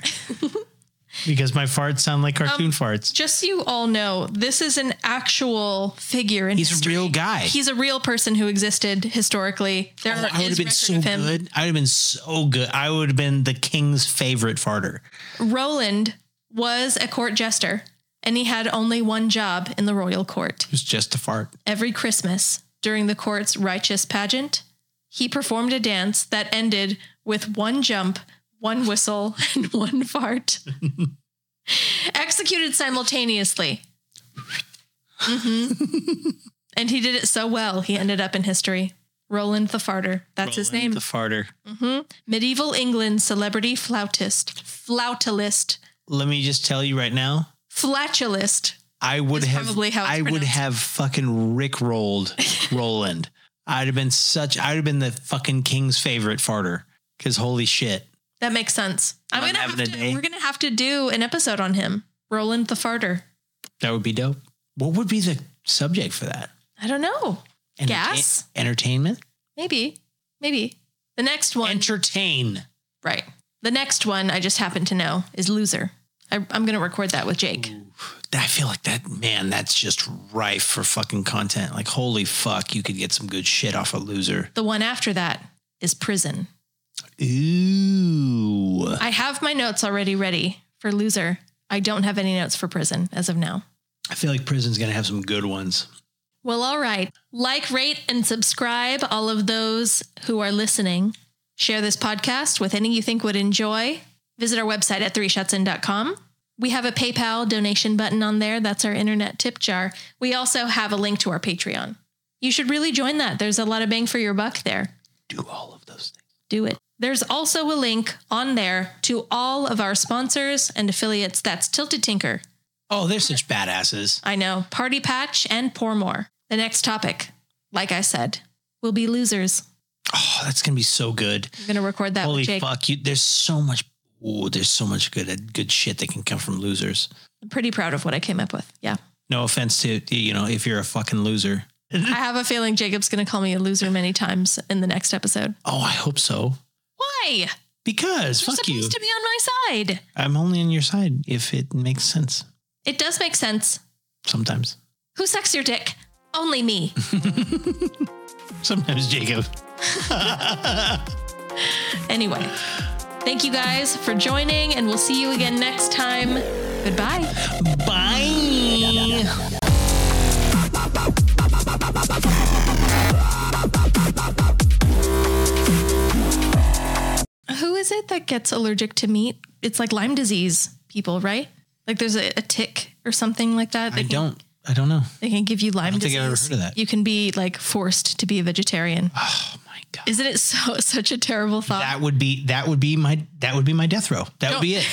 [SPEAKER 2] because my farts sound like
[SPEAKER 3] Um,
[SPEAKER 2] cartoon farts.
[SPEAKER 3] Just so you all know, this is an actual figure in
[SPEAKER 2] He's
[SPEAKER 3] history.
[SPEAKER 2] a real guy.
[SPEAKER 3] he's a real person who existed historically. There
[SPEAKER 2] Oh,
[SPEAKER 3] is
[SPEAKER 2] I would have been
[SPEAKER 3] record
[SPEAKER 2] so
[SPEAKER 3] of him.
[SPEAKER 2] good. I would have been so good. I would have been the king's favorite farter.
[SPEAKER 3] Roland was a court jester, and he had only one job in the royal court.
[SPEAKER 2] It was just a fart.
[SPEAKER 3] Every Christmas, during the court's righteous pageant, he performed a dance that ended with one jump, one whistle, [LAUGHS] and one
[SPEAKER 2] [LAUGHS]
[SPEAKER 3] fart, executed simultaneously.
[SPEAKER 2] [LAUGHS]
[SPEAKER 3] Mhm. and he did it so well, he ended up in history. Roland the Farter. That's his name.
[SPEAKER 2] The farter.
[SPEAKER 3] Medieval England celebrity flautist, flautalist,
[SPEAKER 2] Let me just tell you right now.
[SPEAKER 3] flatulist.
[SPEAKER 2] I would
[SPEAKER 3] It's
[SPEAKER 2] have
[SPEAKER 3] probably how it's
[SPEAKER 2] I would
[SPEAKER 3] pronounced.
[SPEAKER 2] have fucking Rick rolled
[SPEAKER 3] [LAUGHS]
[SPEAKER 2] Roland. I'd have been such I'd have been the fucking king's favorite farter. Cause holy shit.
[SPEAKER 3] That makes sense. I'm,
[SPEAKER 2] I'm
[SPEAKER 3] gonna have
[SPEAKER 2] having a
[SPEAKER 3] to,
[SPEAKER 2] day.
[SPEAKER 3] we're gonna have to do an episode on him, Roland the Farter.
[SPEAKER 2] That would be dope. What would be the subject for that?
[SPEAKER 3] I don't know.
[SPEAKER 2] Entertain-
[SPEAKER 3] Gas?
[SPEAKER 2] Entertainment?
[SPEAKER 3] Maybe, maybe the next one.
[SPEAKER 2] Entertain.
[SPEAKER 3] right. The next one I just happen to know is loser. I, I'm gonna record that with Jake.
[SPEAKER 2] I feel like that man, that's just rife for fucking content. Like, holy fuck, you could get some good shit off a loser.
[SPEAKER 3] The one after that is prison.
[SPEAKER 2] Ooh.
[SPEAKER 3] I have my notes already ready for loser. I don't have any notes for prison as of now.
[SPEAKER 2] I feel like prison's gonna have some good ones.
[SPEAKER 3] Well, all right. Like, rate, and subscribe, all of those who are listening. Share this podcast with any you think would enjoy. Visit our website at threeshotsin.com. We have a PayPal donation button on there. That's our internet tip jar. We also have a link to our Patreon. You should really join that. There's a lot of bang for your buck there.
[SPEAKER 2] Do all of those things.
[SPEAKER 3] Do it. There's also a link on there to all of our sponsors and affiliates. That's Tilted Tinker.
[SPEAKER 2] Oh, they're such badasses.
[SPEAKER 3] I know. Party patch and pour more. The next topic, like I said, will be losers.
[SPEAKER 2] Oh, that's gonna be so good.
[SPEAKER 3] I'm gonna record that
[SPEAKER 2] Holy
[SPEAKER 3] with Jake.
[SPEAKER 2] fuck, you there's so much ooh, there's so much good uh, good shit that can come from losers.
[SPEAKER 3] I'm pretty proud of what I came up with. Yeah. [LAUGHS]
[SPEAKER 2] No offense to you know, if you're a fucking loser.
[SPEAKER 3] I have a feeling Jacob's going to call me a loser many times in the next episode.
[SPEAKER 2] Oh, I hope so.
[SPEAKER 3] Why?
[SPEAKER 2] Because
[SPEAKER 3] You're
[SPEAKER 2] fuck
[SPEAKER 3] supposed
[SPEAKER 2] you.
[SPEAKER 3] to be on my side.
[SPEAKER 2] I'm only on your side if it makes sense
[SPEAKER 3] It does make sense.
[SPEAKER 2] sometimes.
[SPEAKER 3] Who sucks your dick? Only
[SPEAKER 2] [LAUGHS]
[SPEAKER 3] me.
[SPEAKER 2] Sometimes, Jacob.
[SPEAKER 3] anyway, thank you guys for joining, and we'll see you again next time. Goodbye.
[SPEAKER 2] Bye.
[SPEAKER 3] Who is it that gets allergic to meat? It's like Lyme disease people, right? Like there's a, a tick or something like that.
[SPEAKER 2] I
[SPEAKER 3] can-
[SPEAKER 2] don't. I don't know.
[SPEAKER 3] They can give you Lyme
[SPEAKER 2] don't think
[SPEAKER 3] disease.
[SPEAKER 2] I've ever heard of that.
[SPEAKER 3] You can be like forced to be a vegetarian.
[SPEAKER 2] Oh my god.
[SPEAKER 3] Isn't it so [LAUGHS] such a terrible thought?
[SPEAKER 2] That would be that would be my that would be my death row. That
[SPEAKER 3] No.
[SPEAKER 2] would be
[SPEAKER 3] [LAUGHS]
[SPEAKER 2] it.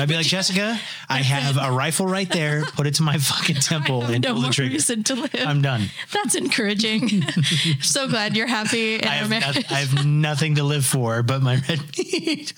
[SPEAKER 2] I'd be like Jessica. I have a rifle
[SPEAKER 3] [LAUGHS]
[SPEAKER 2] right there. Put it to my fucking temple and
[SPEAKER 3] no
[SPEAKER 2] pull
[SPEAKER 3] more
[SPEAKER 2] the trigger.
[SPEAKER 3] reason to live.
[SPEAKER 2] I'm done.
[SPEAKER 3] That's
[SPEAKER 2] [LAUGHS]
[SPEAKER 3] encouraging. [LAUGHS] I'm so glad you're happy in
[SPEAKER 2] I
[SPEAKER 3] our
[SPEAKER 2] have,
[SPEAKER 3] marriage. [LAUGHS]
[SPEAKER 2] noth- I have nothing to live for but my red meat.